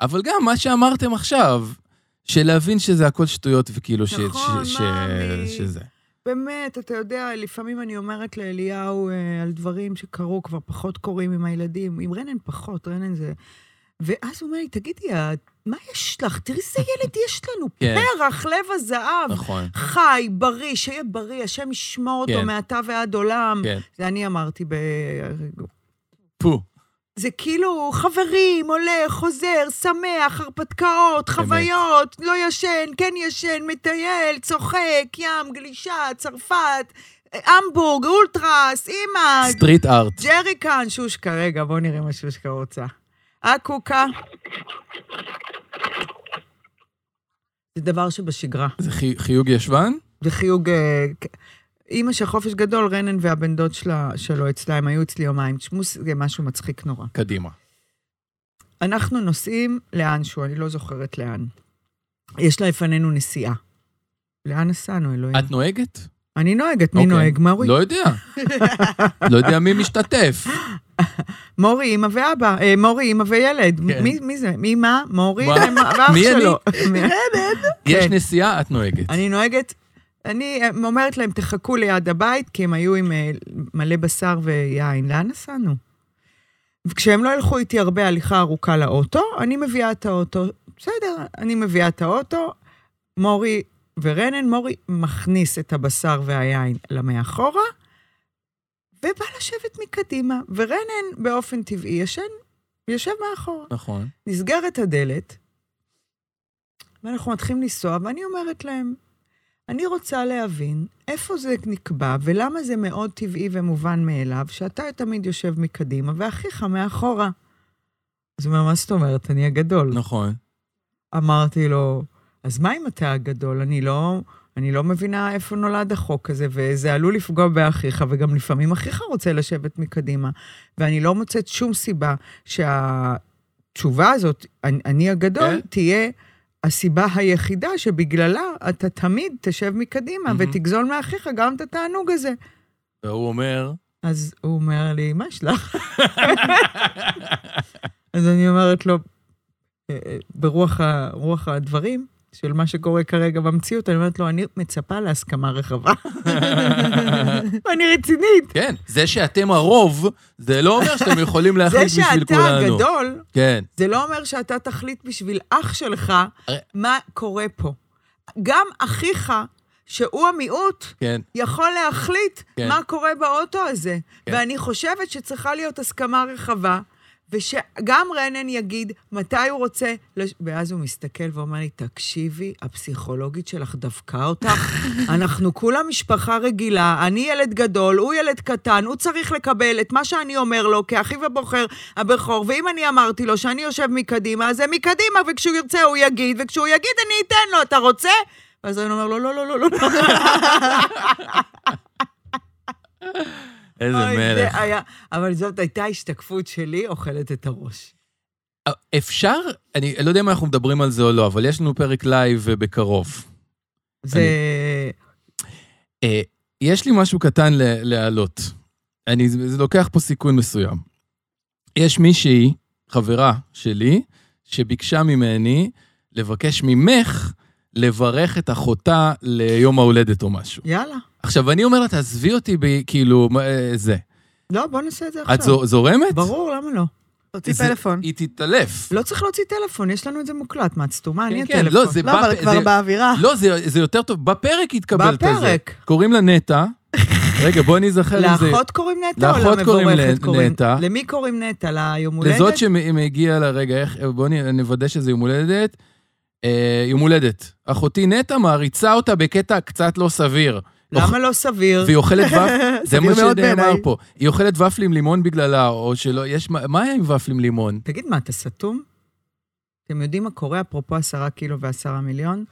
S2: אבל גם מה שאמרתם עכשיו, של להבין שזה הכל שטויות וכאילו ש...
S1: נכון,
S2: ש- ש-
S1: מאמי.
S2: שזה.
S1: באמת, אתה יודע, לפעמים אני אומרת לאליהו אה, על דברים שקרו, כבר פחות קורים עם הילדים. עם רנן פחות, רנן זה... ואז הוא אומר לי, תגידי, את- מה יש לך? תראי איזה ילד יש לנו.
S2: כן.
S1: פרח, לב הזהב.
S2: נכון.
S1: חי, בריא, שיהיה בריא, השם ישמור אותו
S2: כן.
S1: מעתה ועד עולם.
S2: כן.
S1: זה אני אמרתי ב...
S2: פו.
S1: זה כאילו חברים, הולך, חוזר, שמח, הרפתקאות, חוויות, לא ישן, כן ישן, מטייל, צוחק, ים, גלישה, צרפת, המבורג, אולטרס, אימא,
S2: סטריט ארט.
S1: ג'ריקן, שושקה, רגע, בוא נראה מה שושקה רוצה. אה, קוקה? זה דבר שבשגרה.
S2: זה חי- חיוג ישבן?
S1: וחיוג... אה, כ- אימא של חופש גדול, רנן והבן דוד שלה, שלו אצלה, הם היו אצלי יומיים. תשמעו, זה משהו מצחיק נורא.
S2: קדימה.
S1: כן. אנחנו נוסעים לאנשהו, אני לא זוכרת לאן. יש לה לפנינו נסיעה. לאן נסענו, אלוהים?
S2: את נוהגת?
S1: אני נוהגת, מי
S2: אוקיי.
S1: נוהג? מורי.
S2: לא יודע. לא יודע מי משתתף.
S1: כן. מורי, אימא ואבא. אה, מורי, אימא וילד.
S2: כן.
S1: מי, מי זה? אימא, מורי,
S2: וואי.
S1: ואח
S2: מי אני?
S1: שלו.
S3: כן.
S2: יש נסיעה, את נוהגת.
S1: אני נוהגת, אני אה, אומרת להם, תחכו ליד הבית, כי הם היו עם אה, מלא בשר ויין. לאן נסענו? וכשהם לא ילכו איתי הרבה הליכה ארוכה לאוטו, אני מביאה את האוטו. בסדר, אני מביאה את האוטו, מורי ורנן, מורי מכניס את הבשר והיין למאחורה, ובא לשבת מקדימה. ורנן, באופן טבעי, ישן, יושב מאחורה.
S2: נכון.
S1: נסגרת הדלת, ואנחנו מתחילים לנסוע, ואני אומרת להם, אני רוצה להבין איפה זה נקבע ולמה זה מאוד טבעי ומובן מאליו שאתה תמיד יושב מקדימה ואחיך מאחורה. אז הוא אומר, מה זאת אומרת? אני הגדול.
S2: נכון.
S1: אמרתי לו, אז מה אם אתה הגדול? אני לא, אני לא מבינה איפה נולד החוק הזה, וזה עלול לפגוע באחיך, וגם לפעמים אחיך רוצה לשבת מקדימה. ואני לא מוצאת שום סיבה שהתשובה הזאת, אני, אני הגדול,
S2: כן.
S1: כן. תהיה הסיבה היחידה שבגללה אתה תמיד תשב מקדימה
S2: מהמם.
S1: ותגזול מאחיך גם את התענוג הזה.
S2: והוא אומר,
S1: אז הוא אומר לי, מה יש לך? אז אני אומרת לו, אה, אה, ברוח ה, רוח הדברים של מה שקורה כרגע במציאות, אני אומרת לו, אני מצפה להסכמה רחבה. אני רצינית.
S2: כן, זה שאתם הרוב, זה לא אומר שאתם יכולים להחליט
S1: זה
S2: בשביל
S1: שאתה
S2: כולנו.
S1: הגדול,
S2: כן,
S1: זה לא אומר שאתה תחליט בשביל אח שלך
S2: הרי-
S1: מה קורה פה. גם אחיך, שהוא המיעוט,
S2: כן.
S1: יכול להחליט
S2: כן.
S1: כן. מה קורה באוטו הזה.
S2: כן.
S1: כן. ואני חושבת שצריכה להיות הסכמה רחבה, ושגם רנן יגיד מתי הוא רוצה, לש... ואז הוא מסתכל ואומר לי, תקשיבי, הפסיכולוגית שלך דפקה אותך, אנחנו כולם משפחה רגילה, אני ילד גדול, הוא ילד קטן, הוא צריך לקבל את מה שאני אומר לו כאחיו הבוחר, הבכור, ואם אני אמרתי לו שאני יושב מקדימה, אז זה מקדימה, וכשהוא ירצה הוא יגיד, וכשהוא יגיד אני אתן לו, אתה רוצה? ואז אני אומר לו, לא, לא, לא, לא, לא.
S2: איזה
S1: אוי,
S2: מלך.
S1: זה היה, אבל זאת הייתה השתקפות שלי אוכלת את הראש.
S2: אפשר, אני לא יודע אם אנחנו מדברים על זה או לא, אבל יש לנו פרק לייב אה, בקרוב.
S1: זה
S2: אה, יש לי משהו קטן ל- להעלות. אני זה זה לוקח פה סיכון מסוים. יש מישהי, חברה שלי, שביקשה ממני לבקש ממך לברך את אחותה ליום ההולדת או משהו.
S1: יאללה.
S2: עכשיו, אני אומר לה, תעזבי אותי, ב, כאילו, מה, אה, זה.
S1: לא, בוא נעשה את זה
S2: את
S1: עכשיו.
S2: זו- זורמת?
S1: ברור, למה לא?
S3: תוציא
S2: זה-
S3: פלאפון.
S2: היא תתעלף.
S1: לא צריך להוציא טלפון, יש לנו את זה מוקלט. מה, את סתומה? אני
S2: כן,
S1: הטלפון.
S2: לא, זה
S3: לא,
S2: בפ-
S3: אבל כבר
S2: זה-
S3: באווירה.
S2: לא, זה, זה יותר טוב, בפרק היא תקבל את זה.
S1: בפרק.
S2: קוראים לה נטע. רגע, בואו נזכר אם זה...
S1: לאחות קוראים נטע או
S2: לאחות קוראים
S1: למבורכת
S2: ל-
S1: קוראים?
S2: נטע.
S1: למי קוראים נטע? ליום הולדת?
S2: לזאת שמגיעה לרגע, איך... בואו נוודא שזה יום הולדת. אה, יום הולדת. אחותי נטע מעריצה אותה בקטע קצת לא סביר.
S1: למה לא סביר?
S2: והיא אוכלת ופ... זה מה
S3: סביר מאוד
S2: שנאמר
S3: בעיניי.
S2: פה. היא אוכלת ופל עם לימון בגללה, או שלא... יש... מה- מה היה עם ופל עם לימון?
S1: תגיד, מה, אתה סתום? אתם יודעים מה קורה, אפרופו עשרה קילו ועשרה מיליון?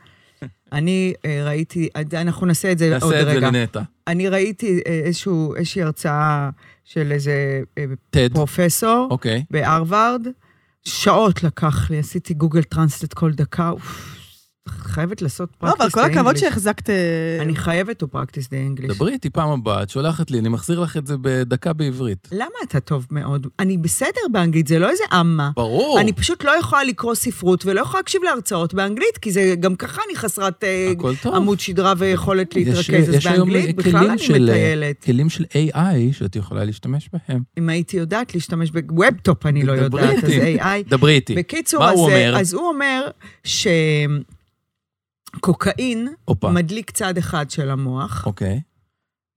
S1: אני אה, ראיתי, אנחנו נעשה את זה עוד
S2: נעשה את זה
S1: רגע.
S2: לנטע.
S1: אני ראיתי אה, איזשהו- איזושהי הרצאה של איזה אה,
S2: טד,
S1: פרופסור
S2: אוקיי.
S1: בהרווארד. שעות לקח לי, עשיתי גוגל טרנסלט כל דקה. אוף, חייבת לעשות
S3: לא,
S1: פרקטיס
S3: אבל כל הכבוד שהחזקת... אה,
S1: אני חייבת to practice the English.
S2: דברי איתי פעם הבאה, את שולחת לי, אני מחזיר לך את זה בדקה בעברית.
S1: למה אתה טוב מאוד? אני בסדר באנגלית, זה לא איזה אמה.
S2: ברור.
S1: אני פשוט לא יכולה לקרוא ספרות ולא יכולה להקשיב להרצאות באנגלית, כי זה גם ככה אני חסרת אה,
S2: הכל טוב.
S1: עמוד שדרה ויכולת
S2: יש-
S1: להתרכז. אז
S2: יש היום
S1: באנגלית בכלל
S2: כלים
S1: אני
S2: של, אה,
S1: מטיילת.
S2: כלים של AI שאת יכולה להשתמש בהם.
S1: אם הייתי יודעת להשתמש בוובטופ, אני לא
S2: דברי
S1: יודעת, אז
S2: איתי.
S1: AI.
S2: דברי איתי.
S1: בקיצור,
S2: מה
S1: אז,
S2: הוא
S1: אה,
S2: אומר?
S1: אז הוא אומר שקוקאין
S2: הופה,
S1: מדליק צד אחד של המוח,
S2: אוקיי,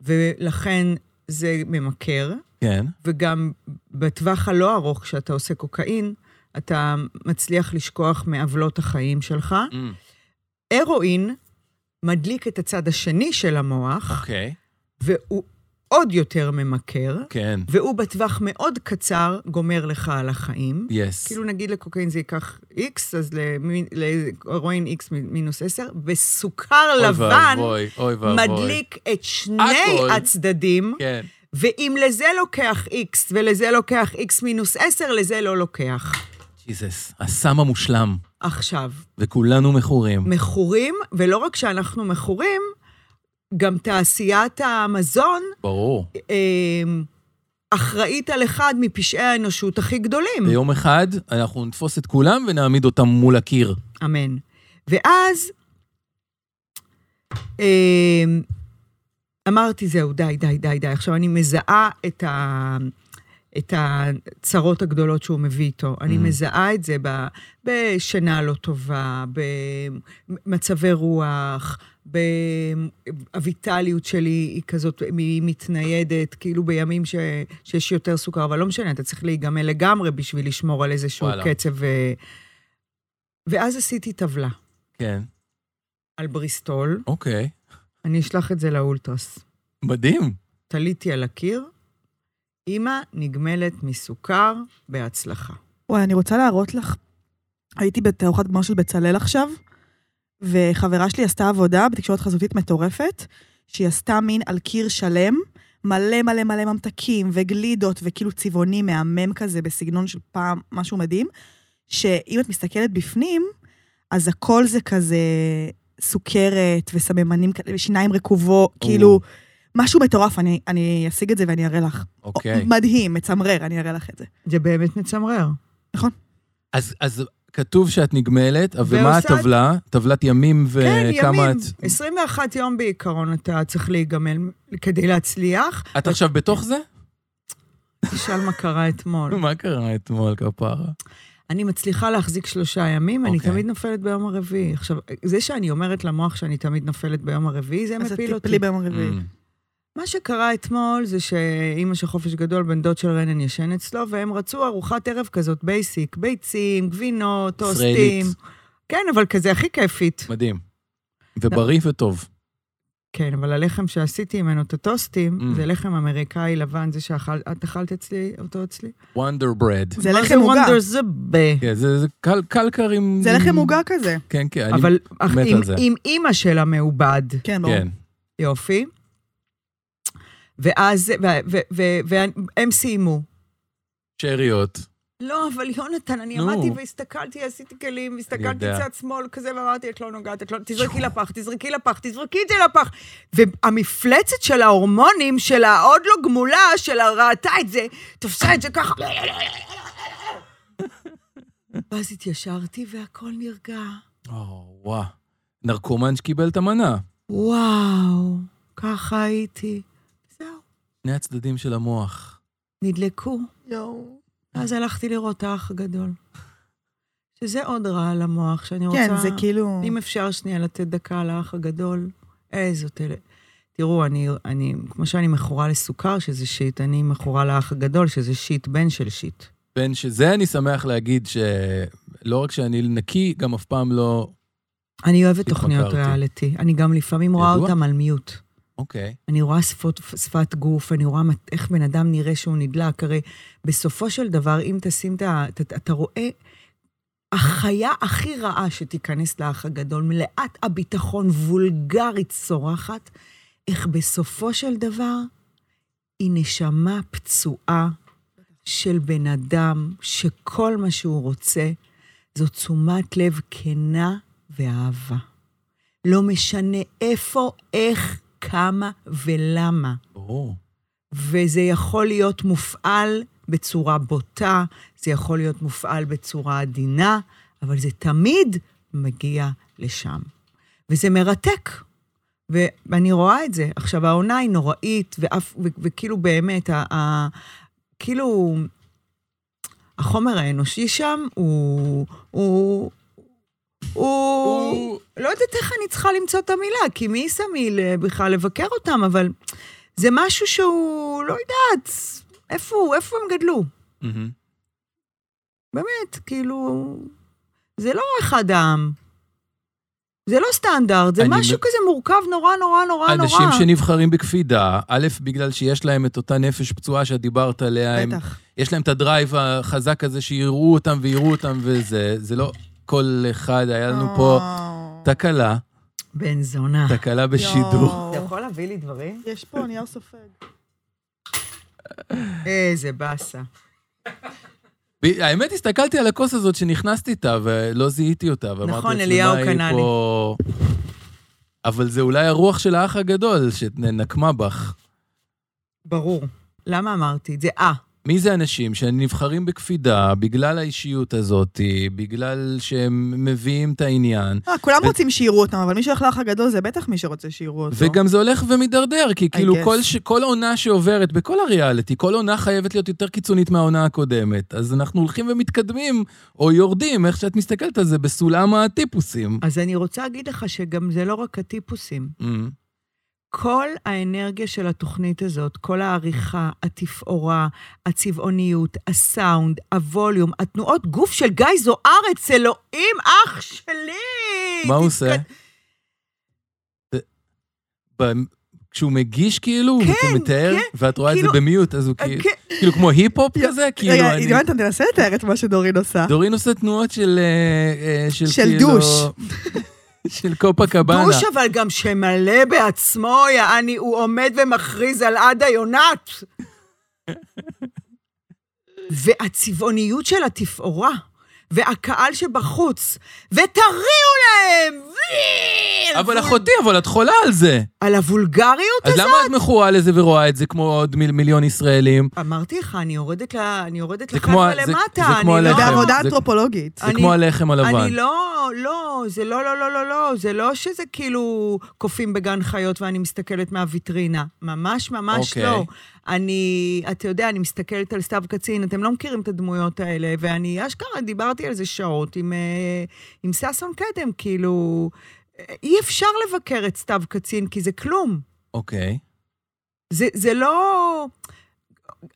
S1: ולכן זה ממכר,
S2: כן.
S1: וגם בטווח הלא ארוך, כשאתה עושה קוקאין, אתה מצליח לשכוח מעוולות החיים שלך. הרואין מדליק את הצד השני של המוח,
S2: אוקיי,
S1: והוא עוד יותר ממכר,
S2: כן.
S1: והוא בטווח מאוד קצר גומר לך על החיים.
S2: יס.
S1: כאילו נגיד לקוקאין זה ייקח X, אז למי- להרואין X מ- מינוס 10, וסוכר
S2: אוי
S1: לבן
S2: ואבוי, אוי ואבוי.
S1: מדליק את שני
S2: הכל.
S1: הצדדים,
S2: כן.
S1: ואם לזה לוקח X ולזה לוקח X מינוס 10, לזה לא לוקח.
S2: ג'יזוס, הסם המושלם,
S1: עכשיו,
S2: וכולנו מכורים.
S1: מכורים, ולא רק שאנחנו מכורים, גם תעשיית המזון
S2: ברור.
S1: אה, אחראית על אחד מפשעי האנושות הכי גדולים.
S2: ביום אחד אנחנו נתפוס את כולם ונעמיד אותם מול הקיר.
S1: אמן. ואז אה, אמרתי, זהו, די, די, די, די. עכשיו, אני מזהה את, ה, את הצרות הגדולות שהוא מביא איתו. אני מזהה את זה ב, בשינה לא טובה, במצבי רוח, ב- הויטליות שלי היא כזאת, היא מתניידת, כאילו בימים ש, שיש יותר סוכר, אבל לא משנה, אתה צריך להיגמל לגמרי בשביל לשמור על איזשהו
S2: וואלה.
S1: וואלה. קצב... אה, ואז עשיתי טבלה
S2: כן.
S1: על בריסטול,
S2: אוקיי.
S1: אני אשלח את זה לאולטרס.
S2: מדהים.
S1: תליתי על הקיר, אמא נגמלת מסוכר, בהצלחה.
S3: וואי, אני רוצה להראות לך. הייתי בתערוכת גמר של בצלאל עכשיו, וחברה שלי עשתה עבודה בתקשורת חזותית מטורפת, שהיא עשתה מין על קיר שלם, מלא מלא מלא ממתקים וגלידות וכאילו צבעוני מהמם כזה בסגנון של פעם, משהו מדהים, שאם את מסתכלת בפנים, אז הכל זה כזה סוכרת וסממנים, כאלה, שיניים רקובות, כאילו, משהו מטורף, אני, אני אשיג את זה ואני אראה לך.
S2: אוקיי.
S3: מדהים, מצמרר, אני אראה לך את זה.
S1: זה באמת מצמרר.
S2: אז, אז כתוב שאת נגמלת, אבל ומה
S1: ועושה-
S2: הטבלה? טבלת ימים וכמה
S1: כן, ימים.
S2: אה, את...
S1: 21 יום בעיקרון אתה צריך להיגמל כדי להצליח.
S2: את עכשיו בתוך זה?
S1: תשאל מה קרה אתמול.
S2: מה קרה אתמול, כפרה?
S1: אני מצליחה להחזיק שלושה ימים, אני
S2: אוקיי.
S1: תמיד נופלת ביום הרביעי. עכשיו, זה שאני אומרת למוח שאני תמיד נופלת ביום הרביעי, זה
S3: אז את
S1: מפיל אותי.
S3: תפלי ביום
S2: Mm.
S3: הרביעי.
S1: מה שקרה אתמול זה שאימא של חופש גדול, בן דוד של רנן ישן אצלו, והם רצו ארוחת ערב כזאת, בייסיק, ביצים, גבינות,
S2: ישראלית.
S1: טוסטים. כן, אבל כזה הכי כיפית.
S2: מדהים. ובריא
S3: נכון.
S2: וטוב.
S1: כן, אבל הלחם שעשיתי ממנו את הטוסטים,
S2: Mm.
S1: זה לחם אמריקאי לבן, זה שאכלת, את אכלת אצלי, אותו אצלי?
S2: וונדר ברד.
S3: זה לחם עוגה.
S1: וונדר זבה.
S2: כן, זה, זה קל, קלקר עם...
S3: זה לחם עוגה כזה.
S2: כן, כן. אני-
S1: אבל אך-
S2: מת
S1: עם-
S2: על זה.
S1: עם אימא שלה מעובד.
S3: כן, ברור.
S2: כן.
S1: יופי. ואז, והם סיימו.
S2: שאריות.
S1: לא, אבל יונתן, אני
S2: נו.
S1: עמדתי והסתכלתי, עשיתי כלים, הסתכלתי
S2: יודע.
S1: צד שמאל כזה, ואמרתי, את לא נוגעת, את לא... תזרקי לפח, תזרקי לפח, תזרקי את זה לפח. והמפלצת של ההורמונים, של העוד לא גמולה, של הראתה את זה, תפסה את זה ככה. ואז התיישרתי והכל נרגע.
S2: או, וואה. נרקומן שקיבל את המנה.
S1: וואו, ככה הייתי. זהו,
S2: שני הצדדים של המוח.
S1: נדלקו. אז הלכתי לראות את האח הגדול. שזה עוד רע על המוח, שאני רוצה...
S3: כן, זה כאילו...
S1: אם אפשר שנייה לתת דקה על האח הגדול, איזו תל... תראו, אני, אני, כמו שאני מכורה לסוכר, שזה שיט, אני מכורה לאח הגדול, שזה שיט, בן של שיט.
S2: בין שזה אני שמח להגיד שלא רק שאני נקי, גם אף פעם לא...
S1: אני אוהבת
S2: התמכרתי.
S1: תוכניות ריאליטי. אני גם לפעמים רואה
S2: ידוע.
S1: אותן על מיוט.
S2: אוקיי.
S1: אני רואה שפות, שפת גוף, אני רואה מת- איך בן אדם נראה שהוא נדלק. הרי בסופו של דבר, אם תשים את ה... אתה, אתה רואה, החיה הכי רעה שתיכנס לאח הגדול, מלאת הביטחון, וולגרית צורחת, איך בסופו של דבר היא נשמה פצועה של בן אדם, שכל מה שהוא רוצה זו תשומת לב כנה ואהבה. לא משנה איפה, איך, כמה ולמה.
S2: ברור.
S1: וזה יכול להיות מופעל בצורה בוטה, זה יכול להיות מופעל בצורה עדינה, אבל זה תמיד מגיע לשם. וזה מרתק. ו- ואני רואה את זה. עכשיו, העונה היא נוראית, ואף, ו- וכאילו באמת, ה- ה- כאילו, החומר האנושי שם הוא... הוא... הוא... לא יודעת איך אני צריכה למצוא את המילה, כי מי שמי ל- בכלל לבקר אותם, אבל זה משהו שהוא, לא יודעת, איפה הוא, איפה הם גדלו?
S2: מהמם.
S1: באמת, כאילו, זה לא אחד העם. זה לא סטנדרט, זה
S2: אני
S1: משהו
S2: מ-
S1: כזה מורכב נורא נורא נורא נורא.
S2: אנשים שנבחרים בקפידה, א', בגלל שיש להם את אותה נפש פצועה שאת דיברת עליה, הם,
S3: בטח.
S2: יש להם את הדרייב החזק הזה שיראו אותם ויראו אותם וזה, זה לא כל אחד, היה לנו פה
S3: אה.
S2: תקלה,
S1: בן זונה.
S2: תקלה בשידור.
S3: יואו.
S1: להביא לי דברים?
S3: יש פה נייר סופג.
S1: איזה באסה.
S2: ב- האמת, הסתכלתי על הכוס הזאת שנכנסת איתה ולא זיהיתי אותה, ואמרתי
S1: נכון,
S2: לעצמי,
S1: אליהו
S2: "מה, היא
S1: קנה לי."
S2: פה... אבל זה אולי הרוח של האח הגדול שנקמה בך.
S1: ברור. למה אמרתי את זה? אה,
S2: מי זה אנשים שנבחרים בקפידה בגלל האישיות הזאת, בגלל שהם מביאים את העניין,
S3: אה, כולם
S2: ו-
S3: רוצים שיראו אותם, אבל מי שהולך לאח הגדול זה בטח מי שרוצה שיראו אותו.
S2: וגם זה הולך ומידרדר, כי כאילו
S3: guess.
S2: כל, ש... כל עונה שעוברת, בכל הריאליטי, כל עונה חייבת להיות יותר קיצונית מהעונה הקודמת. אז אנחנו הולכים ומתקדמים, או יורדים, איך שאת מסתכלת על זה, בסולם הטיפוסים.
S1: אז אני רוצה להגיד לך שגם זה לא רק הטיפוסים.
S2: Mm,
S1: כל האנרגיה של התוכנית הזאת, כל העריכה, התפאורה, הצבעוניות, הסאונד, הווליום, התנועות גוף של גיא זוארץ, אלוהים, אח שלי!
S2: מה הוא
S1: תתק-
S2: עושה? זה- ב- כשהוא מגיש כאילו, הוא
S1: כן,
S2: מתאר,
S1: כן,
S2: ואת רואה את זה
S1: כאילו-
S2: במיעוט, אז הוא
S1: אה,
S2: כאילו,
S1: כן,
S2: כאילו כמו היפ-הופ כזה, כאילו
S3: רגע,
S1: לא
S2: אני...
S3: יונתן, תנסה לתאר את מה שדורין עושה.
S2: דורין עושה תנועות של אה, אה, של
S3: של
S2: כאילו...
S3: דוש.
S2: של קופה קבאנה.
S1: דוש אבל גם שמלא בעצמו, יעני, הוא עומד ומכריז על עדה יונת. והצבעוניות של התפאורה, והקהל שבחוץ, ותריעו להם! ויל!
S2: אבל אחותי, אבל את חולה על זה.
S1: על הוולגריות
S2: אז
S1: הזאת?
S2: למה את מכורה לזה ורואה את זה כמו עוד מיל, מיליון ישראלים?
S1: אמרתי לך, אני יורדת ל- אני יורדת
S2: זה כמו ה-
S1: לחבר'ה
S2: זה-
S1: למטה.
S2: זה כמו
S1: אני
S3: זה
S1: לא-
S2: הלחם. זה- אה,
S3: עבודה אנתרופולוגית.
S2: זה
S1: אני-
S2: כמו הלחם הלבן.
S1: אני לא, לא, זה לא, לא, לא, לא, לא, זה לא שזה כאילו קופים בגן חיות ואני מסתכלת מהוויטרינה. ממש ממש
S2: אוקיי.
S1: לא. אני, אתה יודע, אני מסתכלת על סתיו קצין, אתם לא מכירים את הדמויות האלה, ואני אשכרה דיברתי על זה שעות עם, אה, עם ששון קדם, כאילו, אה, אי אפשר לבקר את סתיו קצין, כי זה כלום.
S2: אוקיי.
S1: זה, זה לא...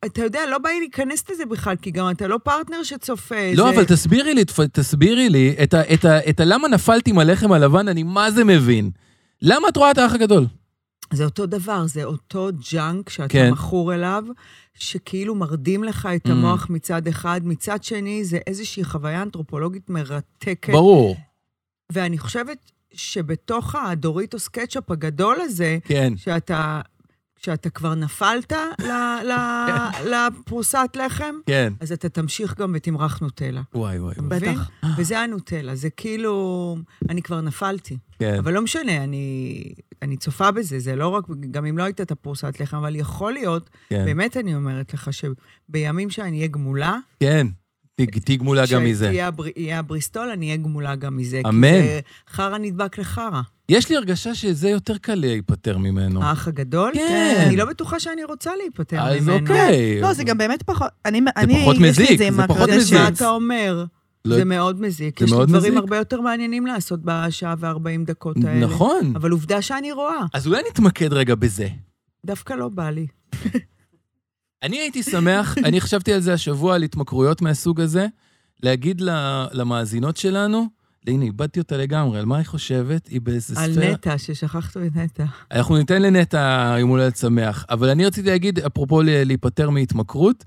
S1: אתה יודע, לא בא לי להיכנס לזה בכלל, כי גם אתה לא פרטנר שצופה.
S2: לא,
S1: זה...
S2: אבל תסבירי לי, תפ- תסבירי לי את ה- את ה- את הלמה נפלת עם הלחם הלבן, אני מה זה מבין. למה את רואה את האח הגדול?
S1: זה אותו דבר, זה אותו ג'אנק שאתה
S2: כן.
S1: כן. מכור אליו, שכאילו מרדים לך את
S2: Mm.
S1: המוח מצד אחד, מצד שני זה איזושהי חוויה אנתרופולוגית מרתקת.
S2: ברור.
S1: ואני חושבת שבתוך הדוריטוס קטשאפ הגדול הזה,
S2: כן.
S1: שאתה, שאתה כבר נפלת ל- ל- לפרוסת לחם,
S2: כן.
S1: אז אתה תמשיך גם ותמרח נוטלה.
S2: וואי, וואי,
S1: אתה
S2: וואי.
S1: מבין?
S3: בטח.
S1: וזה הנוטלה, זה כאילו, אני כבר נפלתי.
S2: כן.
S1: אבל לא משנה, אני, אני צופה בזה, זה לא רק, גם אם לא הייתה את הפרוסת לחם, אבל יכול להיות,
S2: כן.
S1: באמת אני אומרת לך, שבימים שאני אהיה גמולה,
S2: כן. ת- תהיי גמולה גם מזה.
S1: כשתהיה הבר- יהיה הבריסטול, אני אהיה גמולה גם מזה. כי
S2: אמן.
S1: זה חרא נדבק לחרא.
S2: יש לי הרגשה שזה יותר קל להיפטר ממנו.
S1: האח הגדול?
S2: כן.
S1: אני לא בטוחה שאני רוצה להיפטר ממנו.
S2: אז אוקיי.
S3: לא, זה גם באמת פחות, אני, אני,
S2: פחות
S3: יש לי את
S2: מזיק,
S3: עם
S2: זה פחות
S1: זה
S3: הקרדשן.
S2: מזיק.
S1: מה אתה אומר.
S2: לא-
S1: זה מאוד מזיק.
S2: זה
S1: יש לי
S2: מאוד
S1: דברים
S2: מזיק.
S1: הרבה יותר מעניינים לעשות בשעה וארבעים דקות האלה.
S2: נכון.
S1: לא אבל עובדה שאני רואה,
S2: אז אולי נתמקד רגע בזה.
S1: דווקא לא בא לי.
S2: אני הייתי שמח, אני חשבתי על זה השבוע, על התמכרויות מהסוג הזה, להגיד ל- למאזינות שלנו, הנה, איבדתי אותה לגמרי, על מה היא חושבת? היא באיזה
S1: על
S2: ספירה...
S1: נטע, ששכחת מנטע.
S2: אנחנו ניתן לנטע יום הולדת שמח. אבל אני רציתי להגיד, אפרופו ל- להיפטר מהתמכרות,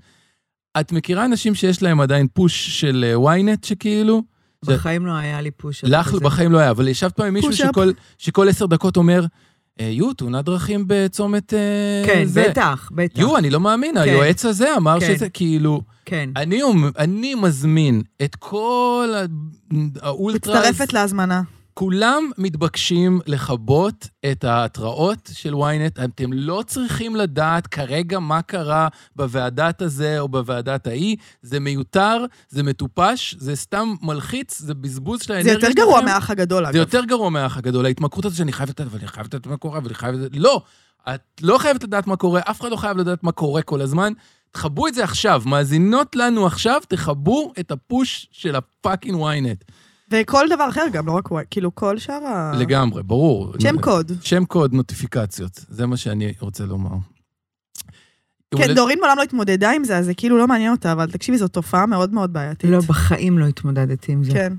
S2: את מכירה אנשים שיש להם עדיין פוש של אה, ynet שכאילו? זה-
S1: בחיים לא היה לי פוש.
S2: לך
S1: כזה.
S2: בחיים לא היה, אבל ישבת פעם עם מישהו
S3: פוש-אפ.
S2: שכל- שכל עשר דקות אומר, "אה, יו, תאונת דרכים בצומת אה,
S1: כן,
S2: זה.
S1: בטח, בטח.
S2: יו, אני לא מאמין, היועץ הזה אמר
S1: כן.
S2: שזה, כאילו...
S1: כן.
S2: אני, אומ- אני מזמין את כל ה- האולטרס,
S3: מצטרפת להזמנה.
S2: כולם מתבקשים לכבות את ההתראות של ynet. אתם לא צריכים לדעת כרגע מה קרה בוועדת הזה או בוועדת ההיא. זה מיותר, זה מטופש, זה סתם מלחיץ, זה בזבוז של
S3: זה
S2: האנרגיה
S3: יותר גרוע
S2: שלכם.
S3: מהאח הגדול, אגב.
S2: זה יותר גרוע מהאח הגדול, ההתמכרות הזאת שאני חייבת לדעת, אבל אני חייבת לדעת מה קורה, אבל אני חייבת לדעת... לא, את לא חייבת לדעת מה קורה, אף אחד לא חייב לדעת מה קורה כל הזמן. תכבו את זה עכשיו, מאזינות לנו עכשיו, תכבו את הפוש של הפאקינג ynet.
S3: וכל דבר אחר גם, לא רק וואי, כאילו כל שאר ה...
S2: לגמרי, ברור.
S3: שם קוד.
S2: שם קוד, נוטיפיקציות. זה מה שאני רוצה לומר.
S3: כן, דורין מעולם לא התמודדה עם זה, אז זה כאילו לא מעניין אותה, אבל תקשיבי, זו תופעה מאוד מאוד בעייתית.
S1: לא, בחיים לא התמודדתי עם זה.
S3: כן.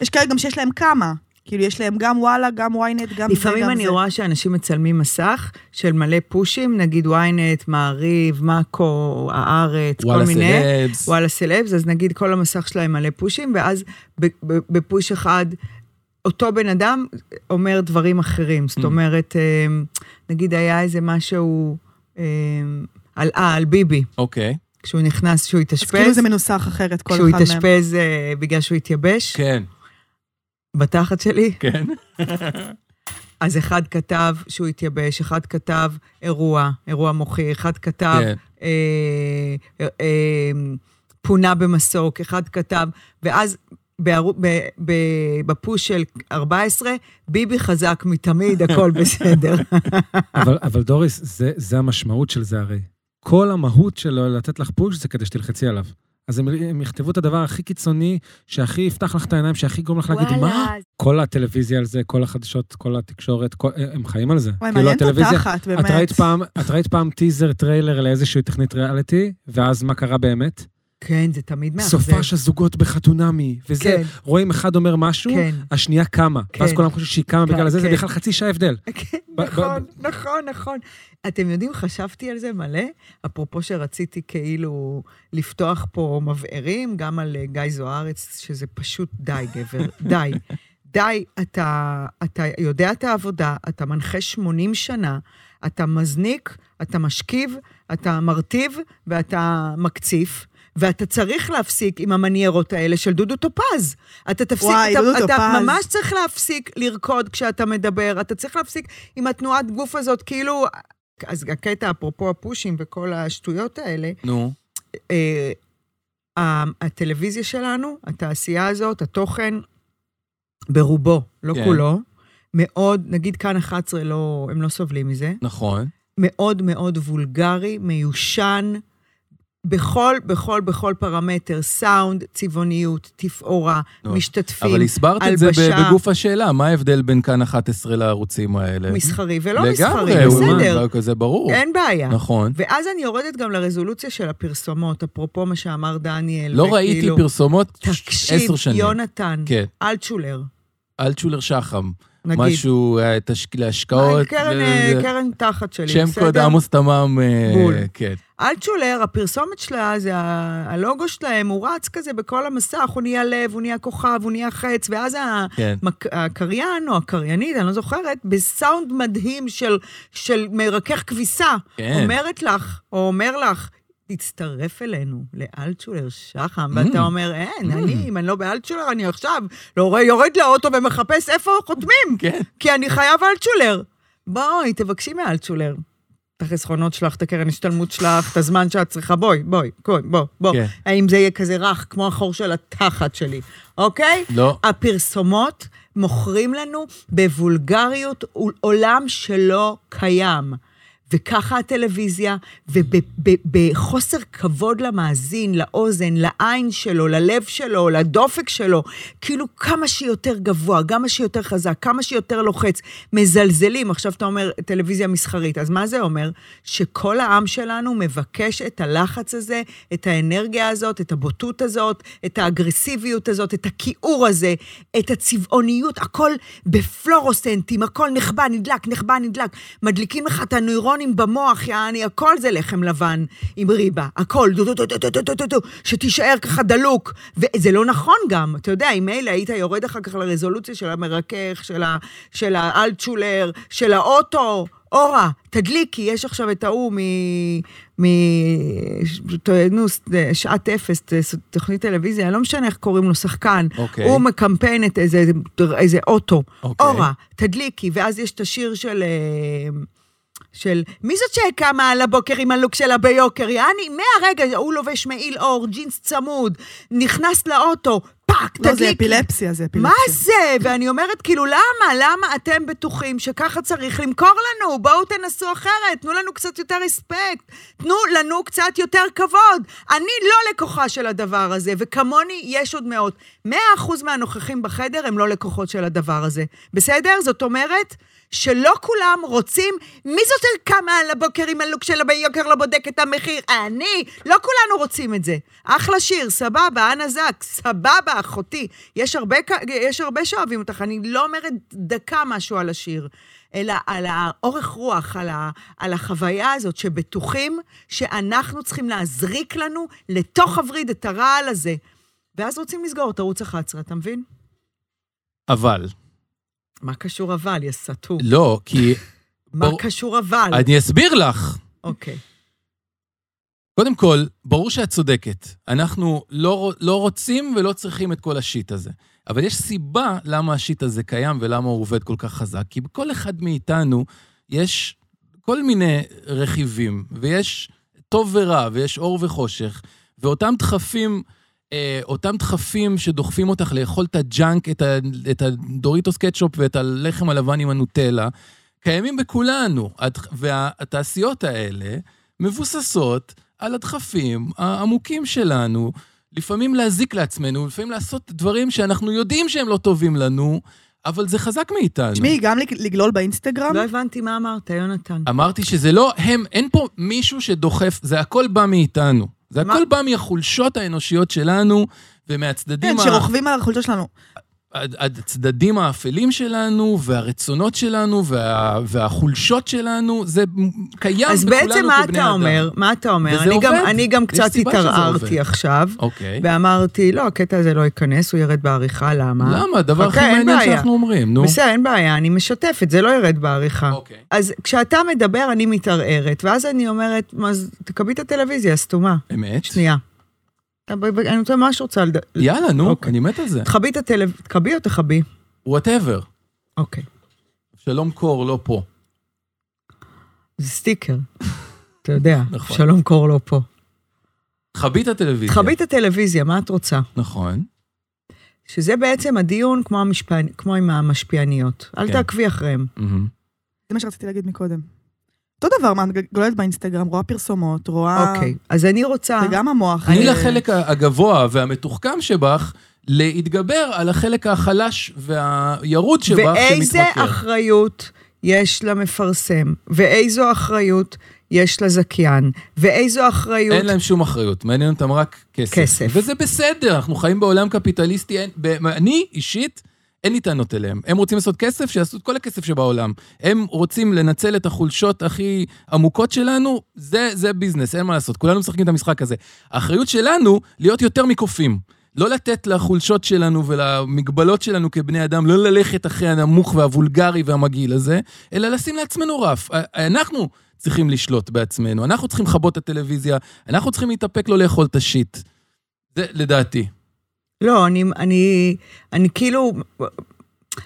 S3: יש כאלה גם שיש להם כמה. כאילו, יש להם גם וואלה, גם ynet, גם זה,
S1: לפעמים
S3: גם
S1: אני
S3: זה.
S1: רואה שאנשים מצלמים מסך של מלא פושים, נגיד ynet, מעריב, מאקו, הארץ, כל
S2: וואלה
S1: מיני.
S2: סלבס.
S1: וואלה סלבס, אז נגיד כל המסך שלהם מלא פושים, ואז ב- ב- בפוש אחד, אותו בן אדם אומר דברים אחרים. זאת
S2: Mm.
S1: אומרת, אמ, נגיד היה איזה משהו אמ, על, אה, על ביבי,
S2: אוקיי,
S1: כשהוא נכנס, שהוא
S3: אז כאילו
S1: התאשפז,
S3: זה מנוסח אחרת, כל
S1: כשהוא
S3: אחד מהם.
S1: התאשפז אה, בגלל שהוא התייבש,
S2: כן,
S1: בתחת שלי.
S2: כן.
S1: אז אחד כתב שהוא התייבש, אחד כתב אירוע, אירוע מוחי, אחד כתב
S2: כן.
S1: אה, אה, אה, פונה במסוק, אחד כתב, ואז בערו, ב, ב, בפוש של 14, ביבי חזק מתמיד, הכל בסדר.
S6: אבל, אבל דוריס, זה, זה המשמעות של זה הרי. כל המהות שלו לתת לך פוש זה כדי שתלחצי עליו. אז הם, הם יכתבו את הדבר הכי קיצוני, שהכי יפתח לך את העיניים, שהכי יגרום לך להגיד, מה? כל הטלוויזיה על זה, כל החדשות, כל התקשורת, כל, הם חיים על זה. כאילו,
S3: וואי,
S1: כאילו,
S3: מעניין אותה אחת, באמת.
S6: את ראית, פעם, את ראית פעם טיזר טריילר לאיזושהי תכנית ריאליטי, ואז מה קרה באמת?
S1: כן, זה תמיד מאכזב.
S6: סופה של זוגות בחתונמי, וזה,
S1: כן,
S6: רואים אחד אומר משהו,
S1: כן.
S6: השנייה קמה,
S1: כן.
S6: ואז כולם חושבים שהיא קמה
S1: כן,
S6: בגלל זה, זה
S1: כן.
S6: בכלל חצי שעה הבדל.
S1: כן,
S6: ב- ב-
S1: נכון, נכון, נכון. אתם יודעים, חשבתי על זה מלא, אפרופו שרציתי כאילו לפתוח פה מבערים, גם על אה, גיא זוארץ, שזה פשוט די, גבר, די. די, אתה, אתה יודע את העבודה, אתה מנחה 80 שנה, אתה מזניק, אתה משכיב, אתה מרטיב ואתה מקציף. ואתה צריך להפסיק עם המניירות האלה של דודו טופז. אתה תפסיק,
S3: וואי,
S1: אתה,
S3: דודו
S1: אתה
S3: טופז.
S1: ממש צריך להפסיק לרקוד כשאתה מדבר, אתה צריך להפסיק עם התנועת גוף הזאת, כאילו... אז הקטע, אפרופו הפושים וכל השטויות האלה,
S2: נו,
S1: אה, ה- הטלוויזיה שלנו, התעשייה הזאת, התוכן, ברובו, לא
S2: כן.
S1: כולו, מאוד, נגיד כאן 11, לא, הם לא סובלים מזה,
S2: נכון.
S1: מאוד מאוד וולגרי, מיושן, בכל, בכל, בכל פרמטר, סאונד, צבעוניות, תפאורה,
S2: נו,
S1: משתתפים.
S2: אבל הסברת את זה ב-
S1: הלבשה.
S2: בגוף השאלה, מה ההבדל בין כאן 11 לערוצים האלה?
S1: מסחרי ולא מסחרי,
S2: לגמרי, הוא
S1: לא בסדר,
S2: מה, זה ברור.
S1: אין בעיה.
S2: נכון.
S1: ואז אני יורדת גם לרזולוציה של הפרסומות, אפרופו מה שאמר דניאל.
S2: לא
S1: וכאילו-
S2: ראיתי פרסומות עשר
S1: תקשיב,
S2: שנים.
S1: יונתן,
S2: כן.
S1: אלטשולר,
S2: אלטשולר שחם.
S1: נגיד.
S2: משהו, אה, תשק- להשקעות.
S1: קרן,
S2: וזה-
S1: אה, קרן תחת שלי,
S2: שם
S1: בסדר?
S2: קוד עמוס תמם, אה,
S1: בול.
S2: כן.
S1: אלטשולר, הפרסומת שלה, זה ה- הלוגו שלהם, הוא רץ כזה בכל המסך, הוא נהיה לב, הוא נהיה כוכב, הוא נהיה חץ, ואז ה-
S2: כן.
S1: מק- הקריין או הקריינית, אני לא זוכרת, בסאונד מדהים של, של מרכך כביסה,
S2: כן.
S1: אומרת לך, או אומר לך, תצטרף אלינו, לאלטשולר שחם,
S2: Mm.
S1: ואתה אומר, אין, אני, אם אני לא באלטשולר, אני עכשיו לא- יורד לאוטו ומחפש איפה חותמים,
S2: כן.
S1: כי אני חייב אלטשולר. בואי, תבקשי מאלטשולר. את החסכונות שלך, את הקרן השתלמות שלך, את הזמן שאת צריכה, בואי, בואי, בואי, בואי, בואי.
S2: כן.
S1: האם זה יהיה כזה רך, כמו החור של התחת שלי, אוקיי?
S2: לא.
S1: הפרסומות מוכרים לנו בוולגריות עולם שלא קיים. וככה הטלוויזיה, ובחוסר כבוד למאזין, לאוזן, לעין שלו, ללב שלו, לדופק שלו, כאילו כמה שיותר גבוה, כמה שיותר חזק, כמה שיותר לוחץ, מזלזלים. עכשיו אתה אומר טלוויזיה מסחרית, אז מה זה אומר? שכל העם שלנו מבקש את הלחץ הזה, את האנרגיה הזאת, את הבוטות הזאת, את האגרסיביות הזאת, את הכיעור הזה, את הצבעוניות, הכל בפלורוסנטים, הכל נחבא, נדלק, נחבא, נדלק. מדליקים לך את הנוירונים במוח, יעני, הכל זה לחם לבן עם ריבה, הכל, דו דו דו דו דו דו דו דו דו, שתישאר ככה דלוק. וזה לא נכון גם, אתה יודע, אם מילא היית יורד אחר כך לרזולוציה של המרכך, של ה- של האלטשולר, של האוטו. אורה, תדליקי, יש עכשיו את ההוא מ... מ... ש- נו, ס- שעת אפס, ת- ס- תוכנית טלוויזיה, לא משנה איך קוראים לו, שחקן.
S2: אוקיי.
S1: הוא מקמפיין את איזה, איזה אוטו.
S2: אוקיי.
S1: אורה, תדליקי, ואז יש את השיר של... אה, של מי זאת שקמה על הבוקר עם הלוק שלה ביוקר? יעני, מהרגע, הוא לובש מעיל אור, ג'ינס צמוד, נכנס לאוטו, פאק,
S3: לא, זה
S1: תדליקי.
S3: אפילפסיה, זה אפילפסיה.
S1: מה זה? ואני אומרת, כאילו, למה? למה אתם בטוחים שככה צריך למכור לנו? בואו תנסו אחרת, תנו לנו קצת יותר רספקט, תנו לנו קצת יותר כבוד. אני לא לקוחה של הדבר הזה, וכמוני יש עוד מאות. 100% מהנוכחים בחדר הם לא לקוחות של הדבר הזה. בסדר? זאת אומרת... שלא כולם רוצים, מי זאת שקמה על הבוקר עם הלוק שלה ביוקר לא בודק את המחיר? אני. לא כולנו רוצים את זה. אחלה שיר, סבבה, אנה זק, סבבה, אחותי. יש הרבה, כ- יש הרבה שאוהבים אותך, אני לא אומרת דקה משהו על השיר, אלא על האורך רוח, על, ה, על החוויה הזאת, שבטוחים שאנחנו צריכים להזריק לנו לתוך הווריד את הרעל הזה. ואז רוצים לסגור את ערוץ 11, אתה מבין?
S2: אבל,
S1: מה קשור אבל, יא סתום?
S2: לא, כי...
S1: מה
S2: ברור-
S1: קשור אבל?
S2: אני אסביר לך.
S1: אוקיי.
S2: קודם כל, ברור שאת צודקת. אנחנו לא, ר- לא רוצים ולא צריכים את כל השיט הזה. אבל יש סיבה למה השיט הזה קיים ולמה הוא עובד כל כך חזק. כי בכל אחד מאיתנו יש כל מיני רכיבים, ויש טוב ורע, ויש אור וחושך, ואותם דחפים, אה, אותם דחפים שדוחפים אותך לאכול את הג'אנק, את, ה, את הדוריטוס קטשופ ואת הלחם הלבן עם הנוטלה, קיימים בכולנו. הד- והתעשיות האלה מבוססות על הדחפים העמוקים שלנו, לפעמים להזיק לעצמנו, לפעמים לעשות דברים שאנחנו יודעים שהם לא טובים לנו, אבל זה חזק מאיתנו.
S3: תשמעי, גם לג- לגלול באינסטגרם? כן,
S1: לא הבנתי מה אמרת, יונתן.
S2: אמרתי שזה לא הם, אין פה מישהו שדוחף, זה הכל בא מאיתנו. זה
S1: מה?
S2: הכל בא מהחולשות האנושיות שלנו
S3: כן,
S2: ומהצדדים ה-
S3: שרוכבים על החולצות שלנו.
S2: הד- הצדדים האפלים שלנו והרצונות שלנו וה, והחולשות שלנו, זה מ- קיים
S1: אז
S2: בכולנו
S1: בעצם מה
S2: כבני
S1: אתה
S2: אדם.
S1: אומר? מה אתה אומר?
S2: וזה
S1: אני גם,
S2: עובד.
S1: אני גם
S2: יש
S1: קצת
S2: סיבה שזה עובד.
S1: התערערתי עכשיו,
S2: אוקיי.
S1: ואמרתי, לא, הקטע הזה לא ייכנס, הוא ירד בעריכה, למה?
S2: למה? הדבר הכי
S1: אוקיי, אין
S2: מעניין
S1: בעיה.
S2: שאנחנו אומרים, נו.
S1: בסדר, אין בעיה, אני משתפת, זה לא ירד בעריכה.
S2: אוקיי.
S1: אז כשאתה מדבר, אני מתערערת, ואז אני אומרת, "מה, אז תכבי את הטלוויזיה, סתומה.
S2: אמת?
S1: שנייה. אבל אני רוצה ממש רוצה לד...
S2: יאללה, נו,
S1: אוקיי.
S2: אני מת על זה.
S1: תכבי את הטלוויזיה, תכבי או תכבי?
S2: וואטאבר.
S1: אוקיי.
S2: שלום קור לא פה.
S1: זה סטיקר. אתה יודע,
S2: נכון.
S1: שלום קור לא פה.
S2: תכבי את הטלוויזיה.
S1: תכבי את הטלוויזיה, מה את רוצה?
S2: נכון.
S1: שזה בעצם הדיון כמו, המשפע... כמו עם המשפיעניות. אל
S2: כן.
S1: תעקבי אחריהם.
S2: מהמם.
S3: זה מה שרציתי להגיד מקודם. אותו דבר, מה, את גוללת באינסטגרם, רואה פרסומות, רואה...
S1: אוקיי, אז אני רוצה...
S3: אה. וגם המוח.
S2: תני
S3: אה,
S2: לחלק הגבוה והמתוחכם שבך להתגבר על החלק החלש והירוד שבך שמתמכר.
S1: ואיזה אחריות יש למפרסם, ואיזו אחריות יש לזכיין, ואיזו אחריות...
S2: אין להם שום אחריות, מעניין אותם רק כסף.
S1: כסף.
S2: וזה בסדר, אנחנו חיים בעולם קפיטליסטי, אין, ב- אני אישית, אין לי טענות אליהם. הם רוצים לעשות כסף, שיעשו את כל הכסף שבעולם. הם רוצים לנצל את החולשות הכי עמוקות שלנו, זה, זה ביזנס, אין מה לעשות. כולנו משחקים את המשחק הזה. האחריות שלנו, להיות יותר מקופים. לא לתת לחולשות שלנו ולמגבלות שלנו כבני אדם, לא ללכת אחרי הנמוך והוולגרי והמגעיל הזה, אלא לשים לעצמנו רף. אנחנו צריכים לשלוט בעצמנו, אנחנו צריכים לכבות את הטלוויזיה, אנחנו צריכים להתאפק לא לאכול את השיט. זה לדעתי.
S1: לא, אני, אני, אני כאילו,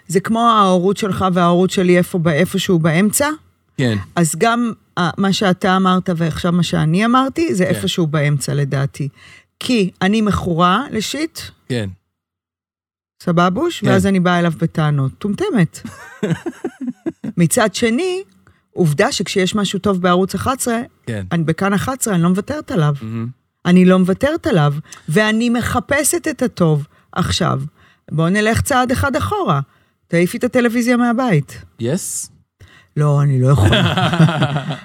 S1: זה כמו ההורות שלך וההורות שלי איפה, איפשהו באמצע,
S2: כן.
S1: אז גם אה, מה שאתה אמרת ועכשיו מה שאני אמרתי, זה
S2: כן.
S1: איפשהו באמצע לדעתי. כי אני מכורה לשיט,
S2: כן.
S1: סבבוש,
S2: כן.
S1: ואז אני באה אליו בטענות. טומטמת. מצד שני, עובדה שכשיש משהו טוב בערוץ 11,
S2: כן. Mm-hmm.
S1: אני בכאן 11, אני לא מוותרת עליו.
S2: מהמם.
S1: אני לא מוותרת עליו, ואני מחפשת את הטוב עכשיו. בואו נלך צעד אחד אחורה. תעיפי את הטלוויזיה מהבית.
S2: יס?
S1: לא, אני לא יכולה.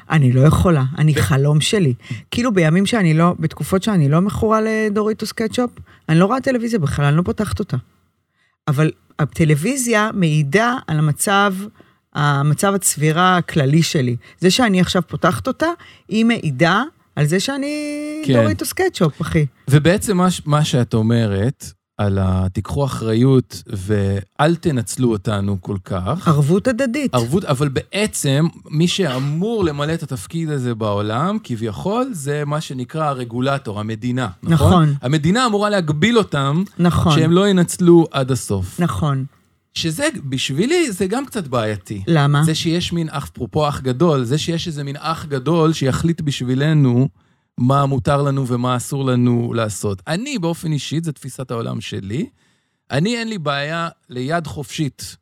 S1: אני לא יכולה, אני
S2: כן.
S1: חלום שלי. כאילו בימים שאני לא, בתקופות שאני לא מכורה לדוריטוס קטשופ, אני לא רואה טלוויזיה בכלל, אני לא פותחת אותה. אבל הטלוויזיה מעידה על המצב, המצב הצבירה הכללי שלי. זה שאני עכשיו פותחת אותה, היא מעידה על זה שאני
S2: כן.
S1: דוריטוס קטשופ, אחי.
S2: ובעצם מה, ש- מה שאת אומרת, על ה... תיקחו אחריות ואל תנצלו אותנו כל כך.
S1: ערבות הדדית.
S2: ערבות, אבל בעצם, מי שאמור למלא את התפקיד הזה בעולם, כביכול, זה מה שנקרא הרגולטור, המדינה, נכון?
S1: נכון.
S2: המדינה אמורה להגביל אותם,
S1: נכון,
S2: שהם לא ינצלו עד הסוף.
S1: נכון.
S2: שזה, בשבילי, זה גם קצת בעייתי.
S1: למה?
S2: זה שיש מין אח, אפרופו אח גדול, זה שיש איזה מין אח גדול שיחליט בשבילנו מה מותר לנו ומה אסור לנו לעשות. אני, באופן אישי, זו תפיסת העולם שלי, אני אין לי בעיה ליד חופשית.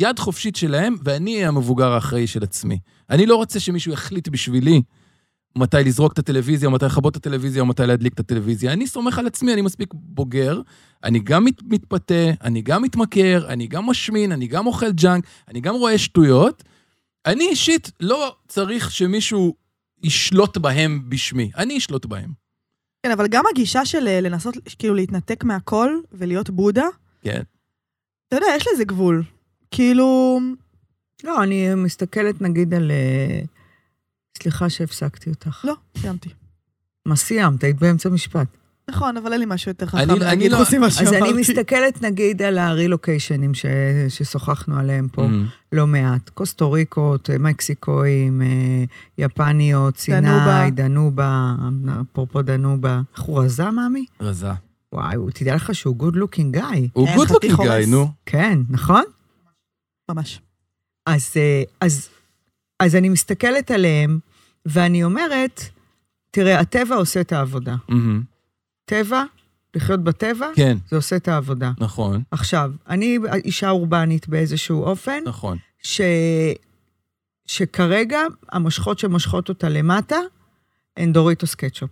S2: יד חופשית שלהם, ואני אהיה המבוגר האחראי של עצמי. אני לא רוצה שמישהו יחליט בשבילי מתי לזרוק את הטלוויזיה, מתי לכבות את הטלוויזיה, מתי להדליק את הטלוויזיה. אני סומך על עצמי, אני מספיק בוגר, אני גם מת, מתפתה, אני גם מתמכר, אני גם משמין, אני גם אוכל ג'אנק, אני גם רואה שטויות. אני אישית לא צריך שמישהו ישלוט בהם בשמי, אני אשלוט בהם.
S3: כן, אבל גם הגישה של אה, לנסות, כאילו, להתנתק מהכל ולהיות בודה,
S2: כן.
S3: אתה יודע, יש לזה גבול. כאילו,
S1: לא, אני מסתכלת נגיד על... אה, סליחה שהפסקתי אותך.
S3: לא, סיימתי.
S1: מה סיימת? היית באמצע משפט.
S3: נכון, אבל אין לי משהו יותר
S2: אני-
S3: חכם
S2: אני
S3: להגיד
S2: לא-
S3: חוץ ממה
S1: אז
S3: שאמרתי.
S1: אני מסתכלת נגיד על הרילוקיישנים ש- ששוחחנו עליהם פה
S2: Mm.
S1: לא מעט. קוסטוריקות, אה, מקסיקויים, אה, יפניות, סיני,
S3: דנובה.
S1: דנובה, אפרופו דנובה. חורזה, מאמי?
S2: רזה.
S1: כן, וואי, הוא- תדע לך שהוא גוד לוקינג גאי.
S2: הוא
S3: כן,
S2: גוד
S3: חתיך
S2: לוקינג
S3: הורס.
S2: גיא, נו.
S1: כן, נכון?
S3: ממש.
S1: אז, אה, אז, אז אני מסתכלת עליהם, ואני אומרת, תראה, הטבע עושה את העבודה.
S2: מהמם.
S1: טבע, לחיות בטבע,
S2: אמ, כן,
S1: זה עושה את העבודה.
S2: נכון,
S1: עכשיו, אני אישה אורבנית באיזשהו אופן,
S2: נכון.
S1: ש... שכרגע המושכות שמושכות אותה למטה הן דוריטוס קטשופ,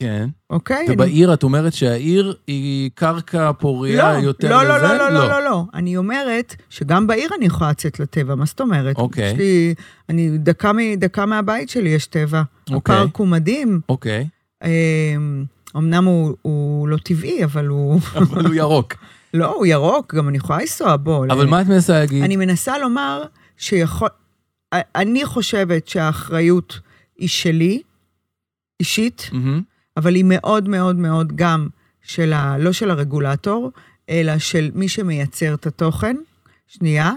S2: כן.
S1: אוקיי? אני-
S2: ובעיר את אומרת שהעיר היא קרקע פוריה
S1: לא,
S2: יותר
S1: לא,
S2: לזה?
S1: לא, לא, לא, לא, לא, לא. אני אומרת שגם בעיר אני יכולה לצאת לטבע, מה זאת אומרת?
S2: אוקיי.
S1: יש לי, אני, דקה, מ, דקה מהבית שלי יש טבע.
S2: אוקיי.
S1: הפארק הוא מדהים,
S2: אוקיי,
S1: אה, אמנם הוא, הוא לא טבעי, אבל הוא...
S2: אבל הוא ירוק.
S1: לא, הוא ירוק, גם אני יכולה לנסוע בו.
S2: אבל מה את מנסה להגיד?
S1: אני מנסה לומר שיכול... אני חושבת שהאחריות היא שלי, אישית,
S2: מהמם.
S1: אבל היא מאוד מאוד מאוד גם של ה... לא של הרגולטור, אלא של מי שמייצר את התוכן. שנייה.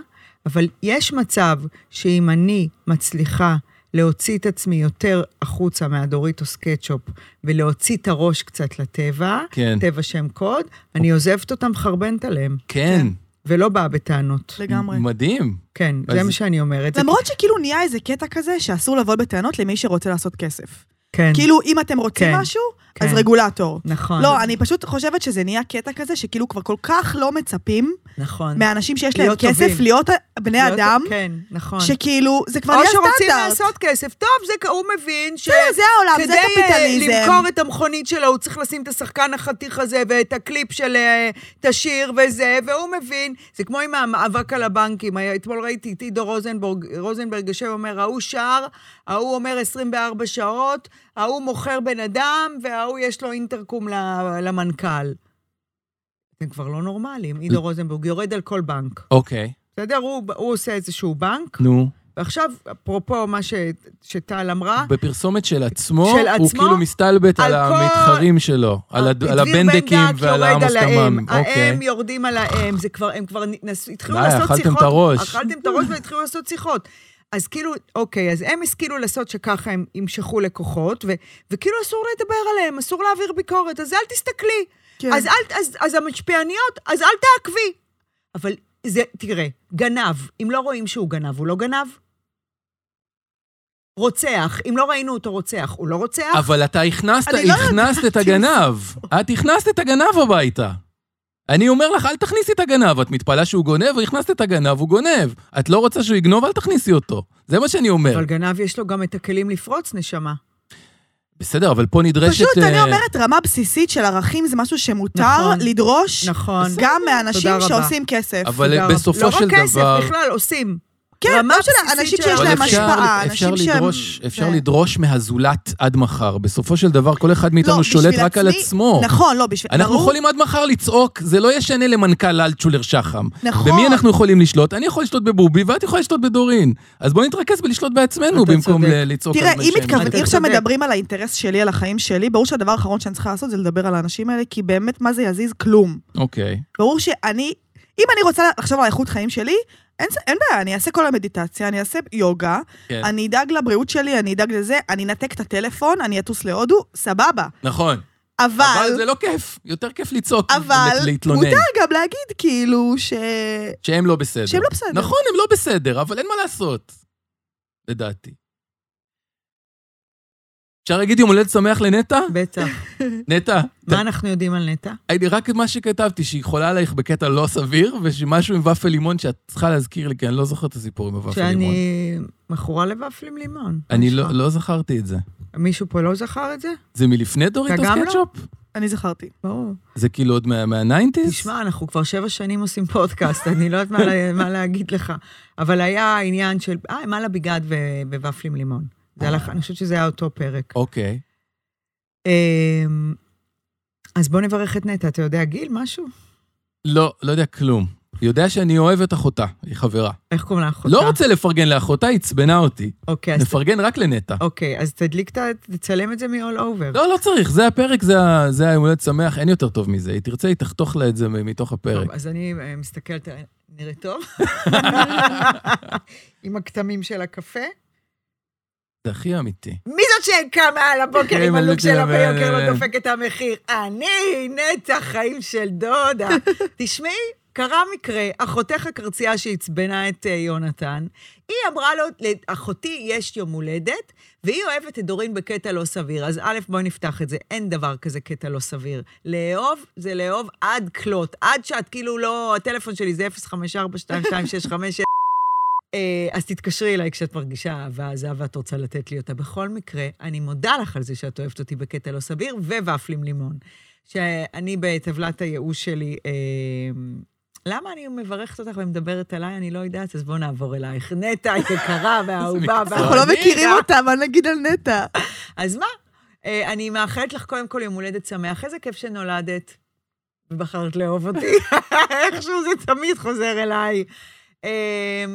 S1: אבל יש מצב שאם אני מצליחה להוציא את עצמי יותר החוצה מהדוריטוס קטשופ ולהוציא את הראש קצת לטבע,
S2: כן.
S1: טבע שם קוד, אני עוזבת אותם, חרבנת עליהם,
S2: כן,
S1: ולא באה בטענות.
S3: לגמרי.
S2: מדהים.
S1: כן, זה
S2: אז-
S1: מה שאני אומרת. זה-
S3: למרות שכאילו נהיה איזה קטע כזה שאסור לבוא בטענות למי שרוצה לעשות כסף.
S1: כן,
S3: כאילו, אם אתם רוצים
S1: כן.
S3: משהו, אז
S1: כן.
S3: רגולטור.
S1: נכון.
S3: לא, אני פשוט חושבת שזה נהיה קטע כזה שכאילו כבר כל כך לא מצפים
S1: נכון.
S3: מאנשים שיש להם
S1: להיות
S3: כסף
S1: טובים.
S3: להיות אה, בני
S1: להיות-
S3: אדם,
S1: כן, נכון.
S3: שכאילו, זה כבר
S1: או
S3: נהיה
S1: שרוצים
S3: סטנדרט.
S1: לעשות כסף. טוב, זה כ- הוא מבין ש...
S3: בסדר, זה העולם,
S1: כדי
S3: זה
S1: אה,
S3: קפיטליזם.
S1: למכור את המכונית שלו, הוא צריך לשים את השחקן החתיך הזה ואת הקליפ של אה, את השיר וזה, והוא מבין. זה כמו עם המאבק על הבנקים. היה- אתמול ראיתי את עידו רוזנבורג, רוזנברג יושב ואומר, ההוא שר, ההוא אומר 24 שעות, ההוא מוכר בן אדם, וההוא יש לו אינטרקום ל- למנכ"ל. אתם כבר לא נורמלים. עידו רוזנבורג יורד על כל בנק.
S2: אוקיי,
S1: בסדר? הוא, הוא עושה איזשהו בנק,
S2: נו.
S1: ועכשיו, אפרופו מה ש, שטל אמרה,
S2: בפרסומת של עצמו,
S1: של
S2: הוא
S1: עצמו,
S2: כאילו מסתלבט על
S1: על כל-
S2: המתחרים שלו, על הד- על הבנדקים
S1: דק
S2: ועל
S1: יורד
S2: העמוס
S1: על האם,
S2: תמם. אוקיי.
S1: האם יורדים על האם, זה כבר, הם כבר נס- התחילו
S2: די,
S1: לעשות שיחות.
S2: אכלתם את הראש.
S1: אכלתם את הראש והתחילו לעשות שיחות. אז כאילו, אוקיי, אז הם השכילו לעשות שככה הם ימשכו לקוחות, ו, וכאילו אסור לדבר עליהם, אסור להעביר ביקורת, אז אל תסתכלי.
S3: כן.
S1: אז, אל, אז, אז המשפיעניות, אז אל תעקבי. אבל זה, תראה, גנב, אם לא רואים שהוא גנב, הוא לא גנב? רוצח, אם לא ראינו אותו רוצח, הוא לא רוצח?
S2: אבל אתה הכנסת,
S1: אני לא
S2: הכנסת את
S1: יודעת.
S2: הגנב. את הכנסת את הגנב הביתה. אני אומר לך, אל תכניסי את הגנב. את מתפלאה שהוא גונב, הכנסת את הגנב, הוא גונב. את לא רוצה שהוא יגנוב, אל תכניסי אותו. זה מה שאני אומר.
S1: אבל גנב יש לו גם את הכלים לפרוץ, נשמה.
S2: בסדר, אבל פה נדרשת...
S3: פשוט, אני
S2: אה,
S3: אומרת, רמה בסיסית של ערכים זה משהו שמותר
S1: נכון.
S3: לדרוש,
S1: נכון.
S3: גם מאנשים
S1: תודה רבה.
S3: שעושים כסף.
S1: תודה
S2: אבל
S1: רבה.
S2: בסופו
S1: לא
S2: של
S1: לא רק כסף,
S2: דבר...
S1: בכלל, עושים.
S3: כן,
S1: רמה
S3: לא של
S1: בסיסית
S3: אנשים
S1: של-
S3: שיש
S1: אבל
S3: להם
S2: אפשר-
S3: השפעה,
S2: אפשר
S3: אנשים שהם- כן. לא,
S2: לדרוש- אפשר
S3: זה.
S2: לדרוש מהזולת עד מחר. בסופו של דבר, כל אחד מאיתנו
S3: לא,
S2: שולט
S3: בשביל
S2: רק על
S3: עצמי-
S2: עצמו.
S3: נכון, לא, בשביל...
S2: אנחנו
S3: ברור.
S2: יכולים עד מחר לצעוק, זה לא ישנה למנכ"ל אלטשולר שחם.
S3: נכון.
S2: במי אנחנו יכולים לשלוט? אני יכול לשלוט בבובי ואת יכולה לשלוט בדורין. אז בואו נתרכז בלשלוט בעצמנו
S1: אתה
S2: במקום
S1: צודק.
S2: ל- לצעוק
S3: תראה,
S2: על
S3: אם מתכוון-
S1: אתה
S3: אם עכשיו
S1: צודק.
S3: מדברים על האינטרס שלי, על החיים שלי, ברור שהדבר האחרון שאני צריכה לעשות זה לדבר על האנשים האלה, כי באמת, מה זה יזיז? כלום.
S2: אוקיי.
S3: ברור שאני, אם אני רוצה לחשוב על איכות חיים שלי, אין, ס- אין בעיה, אני אעשה כל המדיטציה, אני אעשה יוגה,
S2: כן.
S3: כן. אני אדאג לבריאות שלי, אני אדאג לזה, אני אנתק את הטלפון, אני אטוס להודו, סבבה.
S2: נכון.
S3: אבל,
S2: אבל זה לא כיף. יותר כיף לצעוק.
S3: אבל
S2: ל- להתלונן.
S3: מותר גם להגיד כאילו ש...
S2: שהם לא בסדר.
S3: שהם לא בסדר.
S2: נכון, הם לא בסדר, אבל אין מה לעשות. לדעתי. אפשר להגיד יום הולדת שמח לנטע?
S1: בטח.
S2: נטע, ת-
S1: מה אנחנו יודעים על נטע?
S2: אני רק את מה שכתבתי, שהיא חולה עלייך בקטע לא סביר, ושמשהו עם ופל לימון שאת צריכה להזכיר לי, כי אני לא זוכר את הסיפור עם הוופל לימון.
S1: שאני לא מכורה לוופלים לימון.
S2: אני
S1: מה
S2: לא,
S1: שלך?
S2: לא זכרתי את זה.
S1: מישהו פה לא זכר את זה?
S2: זה מלפני דוריטוס
S1: גם לא?
S2: קטשופ? לא?
S3: אני זכרתי.
S1: ברור.
S2: זה כאילו עוד מה- מהניינטיז?
S1: תשמע, אנחנו כבר שבע שנים עושים פודקאסט, אני לא יודעת מה לה- מה להגיד לך. אבל היה עניין של, אה, מה לביגד בוופלים לימון. זה הלך, אני חושבת שזה היה אותו פרק.
S2: אוקיי.
S1: אמ, אז בוא נברך את נטע. אתה יודע, גיל, משהו?
S2: לא, לא יודע כלום. יודע שאני אוהב את אחותה, היא חברה.
S1: איך קוראים לאחותה?
S2: לא רוצה לא לפרגן לאחותה, היא עצבנה אותי.
S1: אוקיי, אז-
S2: נפרגן רק לנטע.
S1: אוקיי, אז תדליק את ה... תצלם את זה מ-all over.
S2: לא, לא צריך, זה הפרק, זה ה- זה היום הולדת שמח, אין יותר טוב מזה. היא תרצה, היא תחתוך לה את זה מ- מתוך הפרק.
S1: טוב, אז אני אה, מסתכלת, על- נראה טוב? עם הכתמים של הקפה.
S2: זה הכי אמיתי.
S1: מי זאת שקמה על הבוקר
S2: כן,
S1: עם
S2: אבל
S1: הלוק
S2: זה
S1: שלה
S2: כן,
S1: ביוקר
S2: אבל-
S1: לא דופק את המחיר? אני נטע חיים של דודה. תשמעי, קרה מקרה, אחותך הקרצייה שעצבנה את אה, יונתן, היא אמרה לו, לאחותי יש יום הולדת, והיא אוהבת את דורין בקטע לא סביר. אז א', בואי נפתח את זה, אין דבר כזה קטע לא סביר. לאהוב זה לאהוב עד כלות, עד שאת כאילו לא, הטלפון שלי זה 0542265. אה, אז תתקשרי אליי כשאת מרגישה אהבה עזה ואת רוצה לתת לי אותה. בכל מקרה, אני מודה לך על זה שאת אוהבת אותי בקטע לא סביר, וופלים לימון. שאני בטבלת הייאוש שלי, אה, למה אני מברכת אותך ומדברת עליי? אני לא יודעת, אז בואו נעבור אלייך. נטע היקרה והאהובה.
S2: מקצוענית.
S3: אנחנו לא
S1: והאהובה.
S3: מכירים אותה, מה נגיד על נטע?
S1: אז מה? אה, אני מאחלת לך קודם כל יום הולדת שמח. איזה כיף שנולדת ובחרת לאהוב אותי. איכשהו זה תמיד חוזר אליי. אה,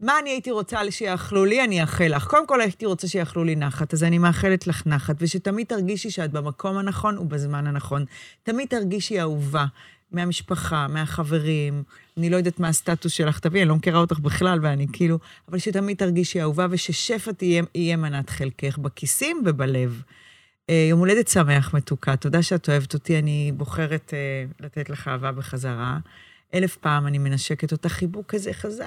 S1: מה אני הייתי רוצה שיאכלו לי? אני אאחל לך. קודם כל הייתי רוצה שיאכלו לי נחת, אז אני מאחלת לך נחת, ושתמיד תרגישי שאת במקום הנכון ובזמן הנכון. תמיד תרגישי אהובה. מהמשפחה, מהחברים, אני לא יודעת מה הסטטוס שלך, תביאי, אני לא מכירה אותך בכלל, ואני כאילו, אבל שתמיד תרגישי אהובה, וששפע תהיה, יהיה מנת חלקך בכיסים ובלב. אה, יום הולדת שמח, מתוקה. תודה שאת אוהבת אותי, אני בוחרת אה, לתת לך אהבה בחזרה. אלף פעם אני מנשקת אותה חיבוק כזה חזק,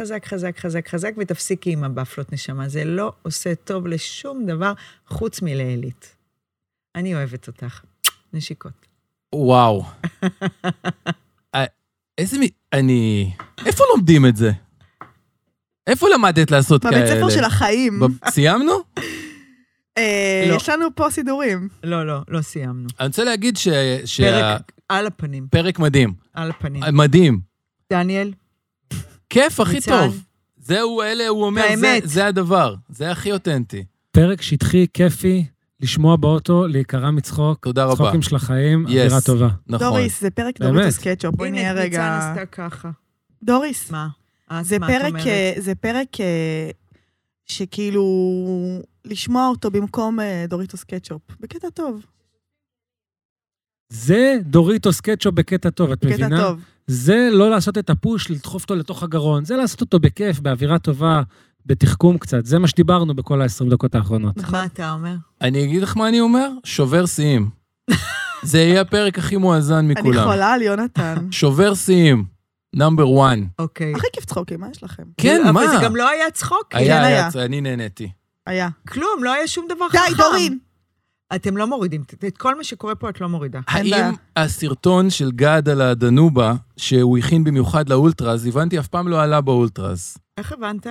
S1: חזק, חזק, חזק, חזק, ותפסיקי עם הבפלות, נשמה. זה לא עושה טוב לשום דבר חוץ מלעילית. אני אוהבת אותך. נשיקות.
S2: וואו. אה, איזה מ... אני... איפה לומדים את זה? איפה למדת לעשות כאלה?
S3: בבית ספר של החיים.
S2: ב- סיימנו?
S3: אה,
S1: לא.
S3: יש לנו פה סידורים.
S1: לא, לא, לא סיימנו.
S2: אני רוצה להגיד ש... שה-
S1: פרק על הפנים,
S2: פרק מדהים.
S1: על הפנים.
S2: מדהים.
S1: דניאל,
S2: כיף, הכי
S1: ניצן.
S2: טוב. זהו, אלה, הוא אומר, זה-
S1: באמת.
S2: זה הדבר. זה הכי אותנטי.
S6: פרק שטחי, כיפי, לשמוע באוטו, להיקרע מצחוק,
S2: תודה רבה.
S6: צחוקים של החיים,
S2: Yes.
S6: אווירה טובה.
S2: נכון.
S3: דוריס, זה פרק דוריס קטשופ, בואי
S1: הנה,
S3: נהיה רגע...
S1: ניצן עשתה ככה.
S3: דוריס,
S1: מה? את,
S3: זה
S1: מה את
S3: פרק,
S1: אומרת?
S3: אה, זה פרק אה, שכאילו, לשמוע אותו במקום אה, דוריטוס קטשופ, בקטע טוב,
S6: זה דוריטוס קטשופ בקטע טוב, את
S3: בקטע
S6: מבינה?
S3: טוב.
S6: זה לא לעשות את הפוש, לדחוף אותו לתוך הגרון, זה לעשות אותו בכיף, באווירה טובה, בתחכום קצת. זה מה שדיברנו בכל ה-20 דקות האחרונות.
S3: נכון.
S1: מה אתה אומר?
S2: אני אגיד לך מה אני אומר? שובר שיאים. זה יהיה הפרק הכי מואזן
S3: אני
S2: מכולם.
S3: חולה על יונתן.
S2: שובר שיאים, נאמבר 1.
S1: אוקיי.
S3: הכי כיף צחוקים, מה יש לכם?
S2: כן, מה?
S1: אבל זה גם לא היה צחוק.
S2: היה,
S3: כן,
S2: היה,
S3: היה.
S2: אני נהניתי.
S3: היה. נכון.
S1: כלום, לא היה שום דבר חכם.
S3: די, דורין!
S1: אתם לא מורידים. את- את כל מה שקורה פה את לא מורידה.
S3: אין בעיה.
S2: האם הסרטון של גד על הדנובה, שהוא הכין במיוחד לאולטראז, הבנתי, אף פעם לא עלה באולטראז.
S1: איך הבנת?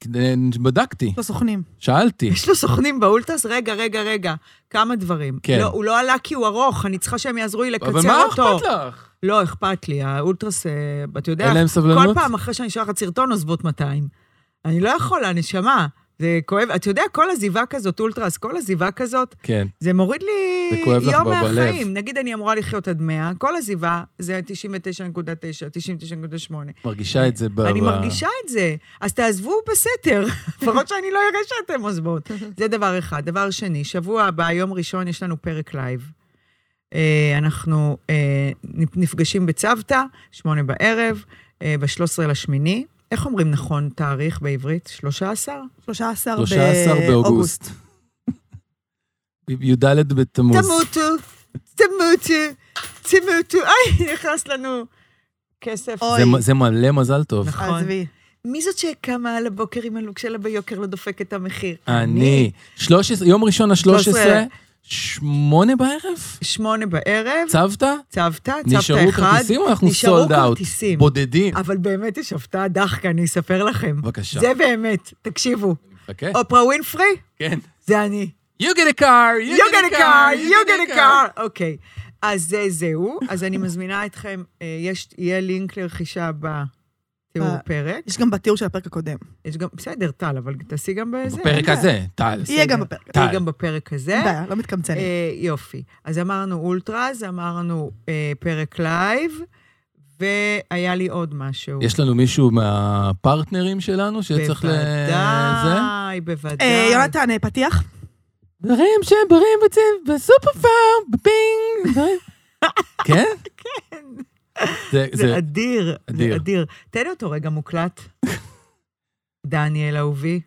S2: כן. בדקתי,
S3: לא סוכנים.
S2: שאלתי.
S1: יש לו סוכנים באולטרס? רגע, רגע, רגע. כמה דברים.
S2: כן.
S1: לא, הוא לא עלה כי הוא ארוך, אני צריכה שהם יעזרו לי לקצר אותו.
S2: אבל מה אכפת לך?
S1: לא, אכפת לי. האולטרס, אה, אתה יודע,
S2: אין להם
S1: כל
S2: סבלנות?
S1: פעם אחרי שאני שולחת סרטון עוזבות 200. אני לא יכולה, נשמה. זה כואב. אתה יודע, כל עזיבה כזאת, אולטרס, כל עזיבה כזאת,
S2: כן.
S1: זה מוריד לי
S2: זה כואב לך
S1: יום
S2: ב- בלב.
S1: מהחיים. נגיד, אני אמורה לחיות עד 100, כל עזיבה זה 99.9, 99.8.
S2: מרגישה את זה ב...
S1: אני
S2: ב-
S1: מרגישה את זה. אז תעזבו בסתר, לפחות שאני לא אראה שאתם עוזבות. זה דבר אחד. דבר שני, שבוע הבא, יום ראשון, יש לנו פרק לייב. אה, אנחנו אה, נפ- נפגשים בצוותא, שמונה בערב, אה, ב-13 לשמיני. איך אומרים נכון תאריך בעברית? 13?
S3: 13
S2: 13 באוגוסט. י"ד בתמוז.
S1: תמותו, תמותו, תמותו. איי, נכנס לנו כסף.
S3: אוי.
S2: זה מ- זה מלא מזל טוב.
S1: נכון.
S3: עזבי.
S1: מי זאת שקמה על הבוקר עם הלוק שלה ביוקר לא דופק את המחיר?
S2: אני. 13, יום ראשון ה-13,
S1: 13.
S2: שמונה בערב?
S1: שמונה בערב.
S2: צוותא?
S1: צוותא, צוותא
S2: נשארו
S1: אחד.
S2: כרטיסים או אנחנו
S1: נשארו
S2: סולד אאוט?
S1: כרטיסים. אה,
S2: בודדים.
S1: אבל באמת יש הפתעה דחקה, אני אספר לכם.
S2: בבקשה.
S1: זה באמת, תקשיבו.
S2: חכה.
S1: אופרה ווינפרי,
S2: אוקיי, כן.
S1: זה אני.
S2: You get a car, you
S1: You
S2: get a car,
S1: you get a car. אוקיי, אז זה זהו. אז אני מזמינה אתכם, אה, יש, יהיה לינק לרכישה בתיאור
S3: ב-
S1: פרק.
S3: יש גם בתיאור של הפרק הקודם.
S1: יש גם, בסדר, טל, אבל תעשי גם בזה.
S2: בפרק הזה, טל.
S3: יהיה גם בפרק.
S2: טל.
S1: תהיי גם בפרק הזה.
S3: אין בעיה, לא מתקמצנים.
S1: אה, יופי. אז אמרנו אולטראז, אמרנו אה, פרק לייב, והיה לי עוד משהו.
S2: יש לנו מישהו מהפרטנרים שלנו שצריך ל... זה?
S1: בוודאי, בוודאי.
S3: אה, יונתן, אה, פתיח?
S2: דברים שהם בריאים בצל- בסופר פארם, בבינג, דברים. כן? כן.
S1: זה אדיר,
S2: אדיר.
S1: זה אדיר. תן לי אותו רגע מוקלט. דניאל אהובי.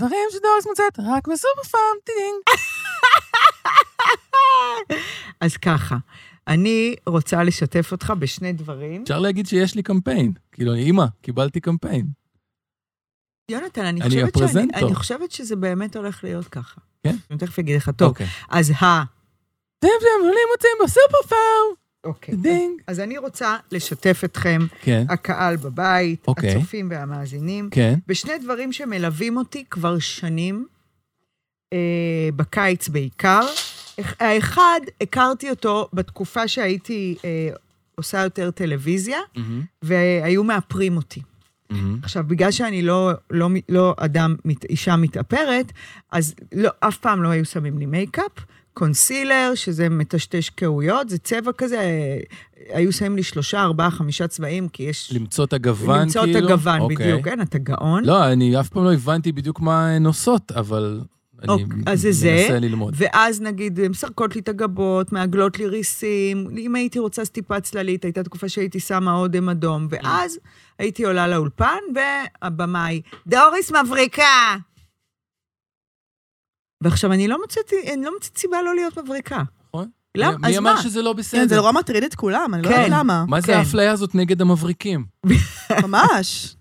S2: דברים שדורס מוצאת רק בסופר פארם, טינג.
S1: אז ככה, אני רוצה לשתף אותך בשני דברים.
S2: אפשר להגיד שיש לי קמפיין. כאילו, אימא, קיבלתי קמפיין.
S1: יונתן, אני
S2: אני
S1: חושבת שאני-
S2: הפרזנטור.
S1: אני חושבת שזה באמת הולך להיות ככה.
S2: כן?
S1: אני תכף אגיד לך, טוב.
S2: אוקיי.
S1: אז ה...
S2: דברים שהם עולים מוצאים בסופר פארם,
S1: אוקיי.
S2: דינג.
S1: אז אני רוצה לשתף אתכם,
S2: כן,
S1: הקהל בבית,
S2: אוקיי.
S1: הצופים והמאזינים,
S2: כן.
S1: בשני דברים שמלווים אותי כבר שנים, אה, בקיץ בעיקר. אח- האחד, הכרתי אותו בתקופה שהייתי אה, עושה יותר טלוויזיה,
S2: Mm-hmm.
S1: והיו מאפרים אותי.
S2: מהמם.
S1: עכשיו, בגלל שאני לא, לא, מ- לא אדם, מת, אישה מתאפרת, אז לא, אף פעם לא היו שמים לי מייקאפ. קונסילר, שזה מטשטש קהויות, זה צבע כזה, אה, היו שמים לי שלושה, ארבעה, חמישה צבעים, כי יש...
S2: למצוא את הגוון,
S1: למצוא
S2: כאילו?
S1: את הגוון,
S2: אוקיי.
S1: בדיוק, כן, אתה גאון.
S2: לא, אני אף פעם לא הבנתי בדיוק מה הן עושות, אבל אני
S1: אוקיי, אז זה זה.
S2: מנסה ללמוד.
S1: ואז נגיד, הן מסרקות לי את הגבות, מעגלות לי ריסים, אם הייתי רוצה אז טיפה צללית, הייתה תקופה שהייתי שמה אודם אדום,
S2: כן.
S1: ואז הייתי עולה לאולפן, והבמאי, דוריס מבריקה! ועכשיו, אני לא מוצאת, אני לא מוצאת סיבה לא להיות מבריקה.
S2: נכון.
S1: למה?
S2: מי
S1: אז
S2: אמר
S1: מה?
S2: שזה לא
S3: כן, זה
S2: בסדר?
S3: נורא מטריד את כולם, אני לא
S1: כן.
S3: יודעת למה.
S2: מה זה
S1: כן.
S2: האפליה הזאת נגד המבריקים?
S3: ממש.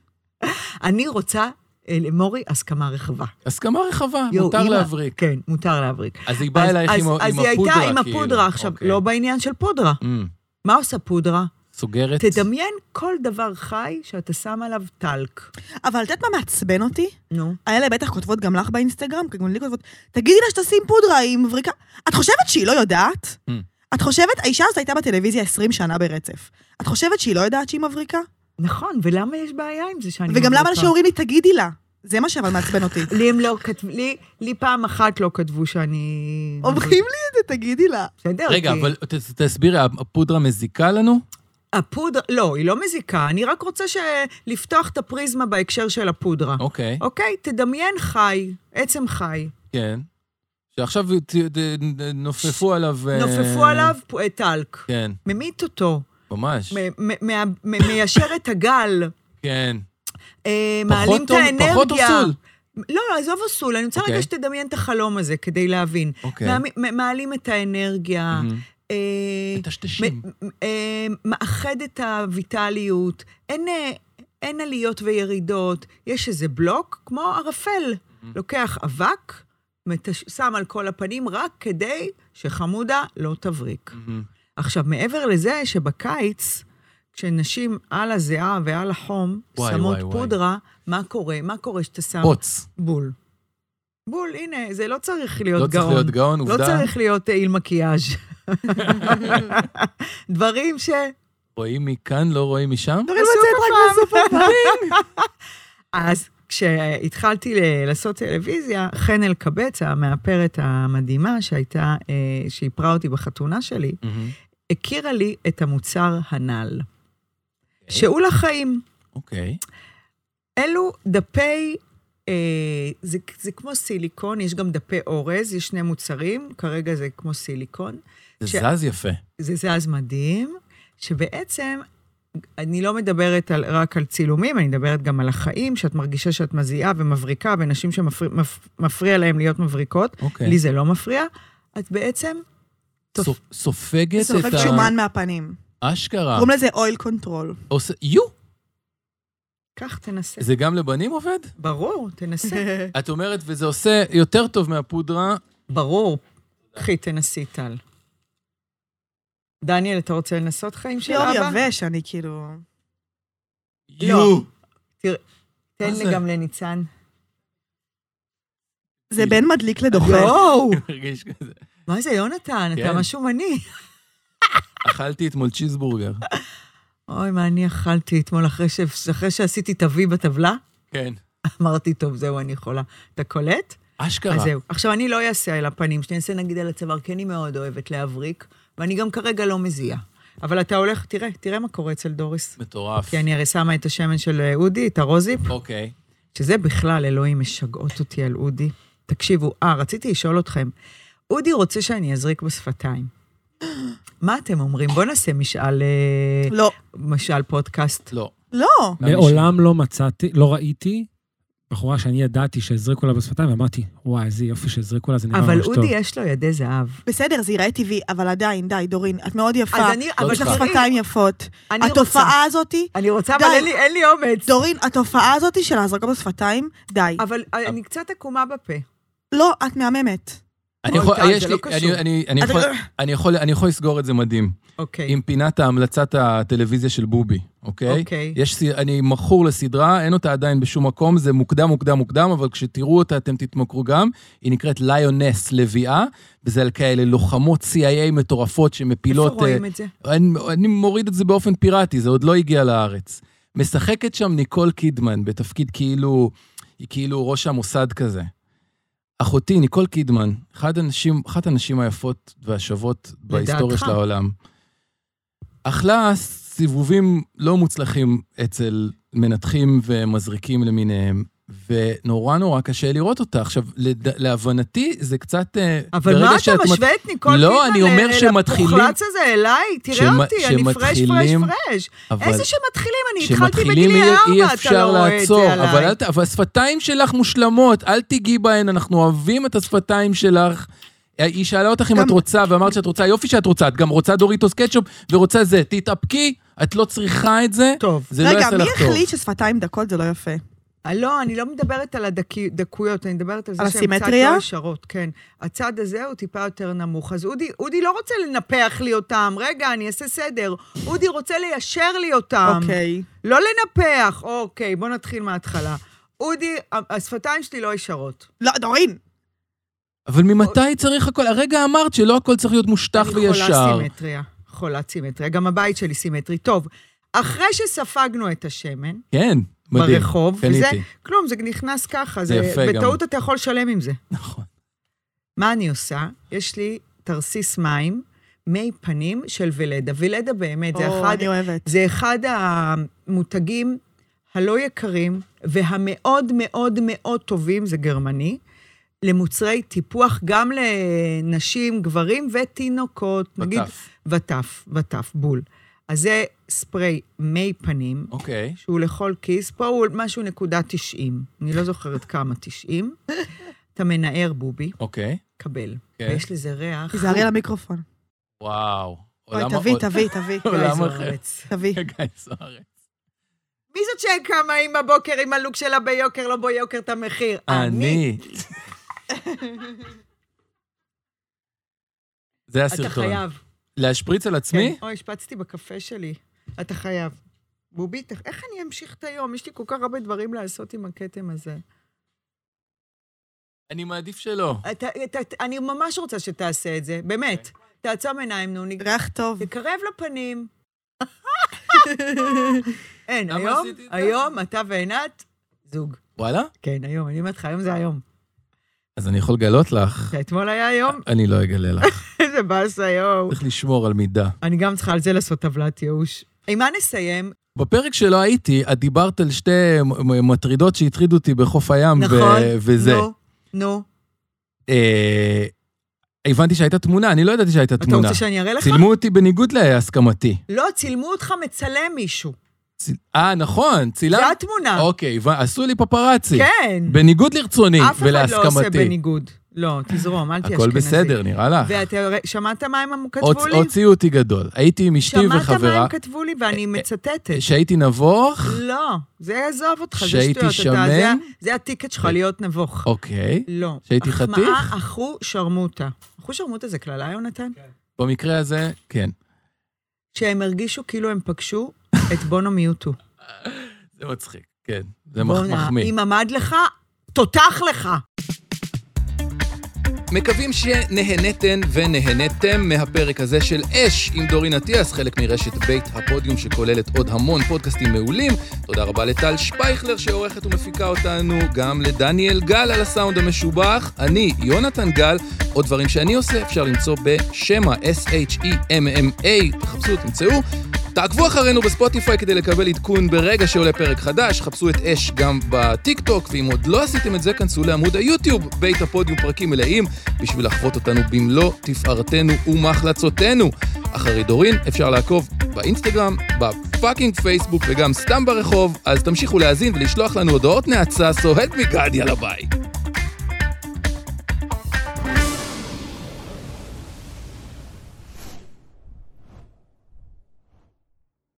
S1: אני רוצה אה, למורי הסכמה רחבה.
S2: הסכמה רחבה,
S1: יואו,
S2: אה, מותר
S1: אימא.
S2: להבריק.
S1: כן, מותר להבריק.
S2: אז היא באה
S1: אז-
S2: אלייך עם
S1: אז-
S2: ה- עם הפודרה,
S1: אז היא הייתה עם
S2: כאילו.
S1: הפודרה עכשיו,
S2: אוקיי.
S1: לא בעניין של פודרה.
S2: אמ,
S1: מה עושה פודרה?
S2: סוגרת.
S1: תדמיין כל דבר חי שאתה שם עליו טלק.
S3: אבל את יודעת מה מעצבן אותי?
S1: נו.
S3: האלה בטח כותבות גם לך באינסטגרם, גם לי כותבות, תגידי לה שתשים פודרה, היא מבריקה. את חושבת שהיא לא יודעת?
S2: Mm.
S3: את חושבת, האישה הזאת הייתה בטלוויזיה 20 שנה ברצף. את חושבת שהיא לא יודעת שהיא מבריקה?
S1: נכון, ולמה יש בעיה עם זה שאני...
S3: וגם למה
S1: מבריקה?
S3: שאומרים לי, תגידי לה. זה מה שאבל מעצבן אותי.
S1: לי הם לא כתבו, לי- לי פעם אחת לא כתבו שאני...
S3: אומרים לי את זה, תגידי לה.
S1: בסדר,
S2: רגע,
S1: כי-
S2: אבל ת- תסבירי, הפודרה מזיקה לנו?
S1: הפודרה, לא, היא לא מזיקה, אני רק רוצה ש... לפתוח את הפריזמה בהקשר של הפודרה.
S2: אוקיי,
S1: אוקיי, תדמיין חי, עצם חי.
S2: כן. שעכשיו ת- ת- נופפו עליו... אה,
S1: נופפו עליו פ- אה, טלק,
S2: כן,
S1: ממית אותו,
S2: ממש.
S1: מ- מ- מה- מ- מיישר את הגל,
S2: כן.
S1: אה,
S2: פחות
S1: מעלים את
S2: טוב-
S1: האנרגיה.
S2: פחות אוסול.
S1: לא, לא, עזוב אוסול, אני רוצה רגע
S2: אוקיי.
S1: שתדמיין את החלום הזה כדי להבין.
S2: אוקיי.
S1: מעמי- מ- מעלים את האנרגיה,
S2: מהמם.
S1: אה,
S2: מטשטשים.
S1: מ- מ- אה, מאחד את הויטליות, אין, אה, אין עליות וירידות, יש איזה בלוק כמו ערפל. לוקח אבק, מטש... שם על כל הפנים רק כדי שחמודה לא תבריק.
S2: מהמם.
S1: עכשיו, מעבר לזה שבקיץ, כשנשים על הזיעה ועל החום
S2: וואי,
S1: שמות
S2: וואי, וואי.
S1: פודרה, מה קורה? מה קורה שאתה שם
S2: בוץ.
S1: בול? בול, הנה, זה לא צריך להיות
S2: לא צריך
S1: גאון.
S2: להיות גאון,
S1: לא
S2: עובדה.
S1: צריך להיות איל מקיאז'. דברים ש...
S2: רואים מכאן, לא רואים משם?
S3: דברים לצאת רק בסופר
S1: אז כשהתחלתי ל- לעשות טלוויזיה, חן אלקבץ, המאפרת המדהימה שהייתה, אה, שאיפרה אותי בחתונה שלי,
S2: מהמם.
S1: הכירה לי את המוצר הנ"ל. שהוא לחיים.
S2: אוקיי.
S1: אלו דפי, אה, זה, זה כמו סיליקון, יש גם דפי אורז, יש שני מוצרים, כרגע זה כמו סיליקון.
S2: זה
S1: ש-
S2: זז יפה.
S1: זה זז מדהים, שבעצם, אני לא מדברת על, רק על צילומים, אני מדברת גם על החיים, שאת מרגישה שאת מזיעה ומבריקה, ונשים שמפריע מפריע להם להיות מבריקות,
S2: אוקיי.
S1: לי זה לא מפריע, את בעצם
S2: סופ- סופגת את אה.
S3: סופג שומן מהפנים.
S2: האשכרה.
S3: קוראים לזה אויל קונטרול.
S2: עושה- יו!
S1: קח, תנסה.
S2: זה גם לבנים עובד?
S1: ברור, תנסה.
S2: את אומרת, וזה עושה יותר טוב מהפודרה.
S1: ברור. קחי, תנסי, טל. דניאל, אתה רוצה לנסות חיים של
S3: שיעור
S1: אבא?
S3: יבש, אני כאילו...
S1: לא.
S2: יו!
S1: תן
S2: מה
S1: לי
S2: זה?
S1: גם לניצן.
S2: כאילו.
S3: זה בין מדליק
S2: לא.
S3: לדוחף.
S1: יואו!
S2: מרגיש כזה.
S1: מה זה, יונתן? אתה
S2: כן.
S1: משהו מני.
S2: אכלתי אתמול צ'יזבורגר.
S1: אוי, מה אני אכלתי אתמול אחרי, ש... אחרי שעשיתי את ה-V בטבלה?
S2: כן.
S1: אמרתי, טוב, זהו, אני יכולה. אתה קולט?
S2: אשכרה.
S1: אז זהו. עכשיו, אני לא אעשה על הפנים שלי, אני אעשה נגיד על הצוואר, כי אני מאוד אוהבת להבריק, ואני גם כרגע לא מזיעה. אבל אתה הולך, תראה, תראה מה קורה אצל דוריס.
S2: מטורף.
S1: כי אני הרי שמה את השמן של אה, אודי, את הרוזיפ,
S2: אוקיי.
S1: שזה בכלל, אלוהים, משגעות אותי על אודי. תקשיבו, אה, רציתי לשאול אתכם, אודי רוצה שאני אזריק בשפתיים. מה אתם אומרים? בואו נעשה משאל, אה,
S3: לא.
S1: משאל פודקאסט.
S2: לא.
S3: לא.
S6: מעולם לא מצאתי, לא ראיתי בחורה שאני ידעתי שהזריקו לה בשפתיים, ואמרתי, וואי, איזה יופי שהזריקו לה, זה נראה
S1: אבל
S6: ממש טוב.
S1: אודי יש לו ידי זהב.
S3: בסדר, זה ייראה טבעי, אבל עדיין, די, דורין, את מאוד יפה.
S1: אז אני-
S2: אבל
S3: יש לך
S1: תראי,
S3: שפתיים יפות.
S1: אני רוצה.
S3: התופעה הזאתי,
S1: אני רוצה, אבל
S3: די.
S1: אין לי- אין לי אומץ.
S3: דורין, התופעה הזאתי של ההזרקה בשפתיים, די.
S1: אבל אה, אני קצת עקומה בפה.
S3: לא, את מהממת.
S2: אני
S1: אוי,
S2: יכול,
S1: טל,
S2: יש
S1: זה
S2: לי,
S1: לא קשור.
S2: אני- אני- אני יכול- אני יכול- אני יכול לסגור את זה מדהים.
S1: אוקיי.
S2: עם פינת ההמלצת הטלוויזיה של בובי, אוקיי?
S1: אוקיי.
S2: יש, ס- אני מכור לסדרה, אין אותה עדיין בשום מקום, זה מוקדם, מוקדם, מוקדם, אבל כשתראו אותה אתם תתמכרו גם. היא נקראת ליונס לביאה, וזה על כאלה לוחמות CIA מטורפות שמפילות...
S1: איפה רואים
S2: אה,
S1: את זה?
S2: אני, אני מוריד את זה באופן פיראטי, זה עוד לא הגיע לארץ. משחקת שם ניקול קידמן בתפקיד כאילו, היא כאילו ראש המוסד כזה. אחותי, ניקול קידמן, אחת הנשים, אחת הנשים היפות והשוות בהיסטוריה
S1: לדעתך.
S2: של העולם, אכלה סיבובים לא מוצלחים אצל מנתחים ומזריקים למיניהם, ונורא נורא קשה לראות אותה. עכשיו, לד... להבנתי, זה קצת... אה,
S1: אבל
S2: ברגע
S1: מה
S2: שאת
S1: אתה משווה את ניקול
S2: לא,
S1: קידמן
S2: אני
S1: ל-
S2: אומר
S1: ל-
S2: שמתחילים-
S1: לפוחלץ הזה אליי? תראה
S2: שמ-
S1: אותי, אני פרש, פרש,
S2: שמתחילים-
S1: פרש.
S2: אבל-
S1: איזה שמתחילים? אני התחלתי
S2: כשמתחילים
S1: בגילי
S2: אי, אי
S1: ארבע, אתה
S2: אפשר
S1: לא רואה את
S2: לעצור,
S1: זה
S2: אבל,
S1: עליי.
S2: אל, ת- אבל השפתיים שלך מושלמות, אל תיגעי בהן, אנחנו אוהבים את השפתיים שלך. היא שאלה אותך אם
S3: גם-
S2: את רוצה, ואמרת שאת רוצה, יופי שאת רוצה, את גם רוצה דוריטוס קטשופ ורוצה זה, תתאפקי, את לא צריכה את זה,
S1: טוב.
S2: זה לא
S3: רגע,
S2: יעשה
S3: מי
S2: לך טוב.
S3: החליט ששפתיים דקות זה לא יפה?
S1: אה, לא, אני לא מדברת על הדקויות, אני מדברת על זה
S3: על
S1: שהן קצת
S3: הסימטריה?
S1: לא ישרות, כן. הצד הזה הוא טיפה יותר נמוך. אז אודי, אודי לא רוצה לנפח לי אותם, רגע, אני אעשה סדר. אודי רוצה ליישר לי אותם.
S3: אוקיי.
S1: לא לנפח. אוקיי, בוא נתחיל מההתחלה. אודי, ה- השפתיים שלי לא ישרות.
S3: לא, דורין,
S2: אבל ממתי צריך הכל? הרגע אמרת שלא הכל צריך להיות מושטח
S1: אני חולה
S2: וישר.
S1: סימטריה. חולת סימטריה. גם הבית שלי סימטרי. טוב, אחרי שספגנו את השמן,
S2: כן, מדהים.
S1: ברחוב, וזה
S2: קניתי.
S1: כלום, זה נכנס ככה,
S2: זה
S1: זה,
S2: יפה גם.
S1: בטעות אתה יכול לשלם עם זה.
S2: נכון.
S1: מה אני עושה? יש לי תרסיס מים, מי פנים של ולדה. ולדה באמת, זה
S3: או,
S1: אחד,
S3: אני אוהבת.
S1: זה אחד המותגים הלא יקרים והמאוד מאוד מאוד טובים, זה גרמני, למוצרי טיפוח גם לנשים, גברים ותינוקות, נגיד
S2: וטף.
S1: וטף, וטף, בול. אז זה ספרי מי פנים,
S2: אוקיי.
S1: שהוא לכל כיס, פה הוא משהו נקודה 90, אני לא זוכרת כמה 90. אתה מנער בובי,
S2: אוקיי.
S1: קבל.
S2: כן.
S1: ויש לזה ריח.
S3: תיזהרי על המיקרופון.
S2: וואו.
S3: אוי,
S2: עולם
S3: תביא,
S2: האות-
S3: תביא, תביא.
S1: גיא
S2: עולם אחר.
S1: זוארץ.
S3: תביא.
S2: גיא זוארץ.
S1: מי זאת שקמה עם הבוקר עם הלוק שלה ביוקר, לא ביוקר את המחיר?
S2: אני. זה
S1: אתה
S2: הסרטון.
S1: חייב.
S2: להשפריץ על עצמי?
S1: כן. אוי, השפצתי בקפה שלי. אתה חייב. בובי, ת- איך אני אמשיך את היום? יש לי כל כך הרבה דברים לעשות עם הכתם הזה. כן.
S2: אני מעדיף שלא.
S1: אתה, אתה, אתה- אני ממש רוצה שתעשה את זה, באמת.
S2: כן.
S1: תעצום עיניים, נו, נגרע.
S3: ריח טוב.
S1: תקרב לפנים. אין,
S2: למה
S1: היום,
S2: עשיתי את זה?
S1: היום אתה ועינת זוג.
S2: וואלה?
S1: כן, היום, אני אומרת לך, היום זה היום.
S2: אז אני יכול לגלות לך.
S1: זה אתמול היה יום,
S2: אני לא אגלה לך.
S1: איזה באסה יום.
S2: צריך לשמור על מידה.
S1: אני גם צריכה על זה לעשות טבלת ייאוש. עם מה נסיים?
S2: בפרק שלא הייתי, את דיברת על שתי מ- מ- מטרידות שהטרידו אותי בחוף הים, ו-
S1: נכון,
S2: וזה.
S1: נו, נו.
S2: אה, הבנתי שהייתה תמונה, אני לא ידעתי שהייתה
S1: אתה
S2: תמונה.
S1: רוצה שאני אראה לך?
S2: צילמו אותי בניגוד להסכמתי.
S1: לא, צילמו אותך מצלם מישהו.
S2: ציל- אה, נכון, צילמת.
S1: זו התמונה.
S2: אוקיי, ו- עשו לי פפראצי.
S1: כן.
S2: בניגוד לרצוני
S1: אף אחד לא עושה
S2: ולהסכמתי.
S1: בניגוד. לא, תזרום, אל תהיה
S2: הכל
S1: אשכנזי.
S2: בסדר, נראה לך.
S1: ואתה ר- שמעת מה הם כתבו
S2: הוצ-
S1: לי?
S2: הוציאו אותי גדול. הייתי עם אשתי
S1: שמעת מה
S2: וחברה, אה,
S1: הם כתבו לי ואני מצטטת.
S2: שהייתי נבוך,
S1: לא, זה יעזוב אותך, זה
S2: שהייתי
S1: שטויות. אתה-
S2: שמן?
S1: זה ה- זה הטיקט שלך להיות נבוך.
S2: אוקיי.
S1: לא.
S2: שהייתי חתיך?
S1: החמאה, אחו שרמוטה. אחו שרמוטה זה קללה, יונתן? לא.
S2: במקרה הזה, כן.
S1: שהם הרגישו כאילו הם פגשו את בונו מיוטו.
S2: זה מצחיק, כן. זה מח-
S1: בואנה,
S2: מחמיא.
S1: אם עמד לך, תותח לך.
S2: מקווים שנהנתן ונהנתם מהפרק הזה של אש עם דורין אטיאס, חלק מרשת בית הפודיום שכוללת עוד המון פודקאסטים מעולים. תודה רבה לטל שפייכלר שעורכת ומפיקה אותנו, גם לדניאל גל על הסאונד המשובח. אני, יונתן גל, עוד דברים שאני עושה אפשר למצוא בשמה, E S-H-E-M-M-A, תחפשו, תמצאו. תעקבו אחרינו בספוטיפיי כדי לקבל עדכון ברגע שעולה פרק חדש, חפשו את אש גם בטיקטוק, ואם עוד לא עשיתם את זה, כנסו לעמוד היוטיוב, בית הפודיום פרקים מלאים, בשביל לחוות אותנו במלוא תפארתנו ומחלצותינו. אחרי דורין אפשר לעקוב באינסטגרם, בפאקינג פייסבוק וגם סתם ברחוב, אז תמשיכו להאזין ולשלוח לנו הודעות נאצה, סוהד מגד, יאללה ביי.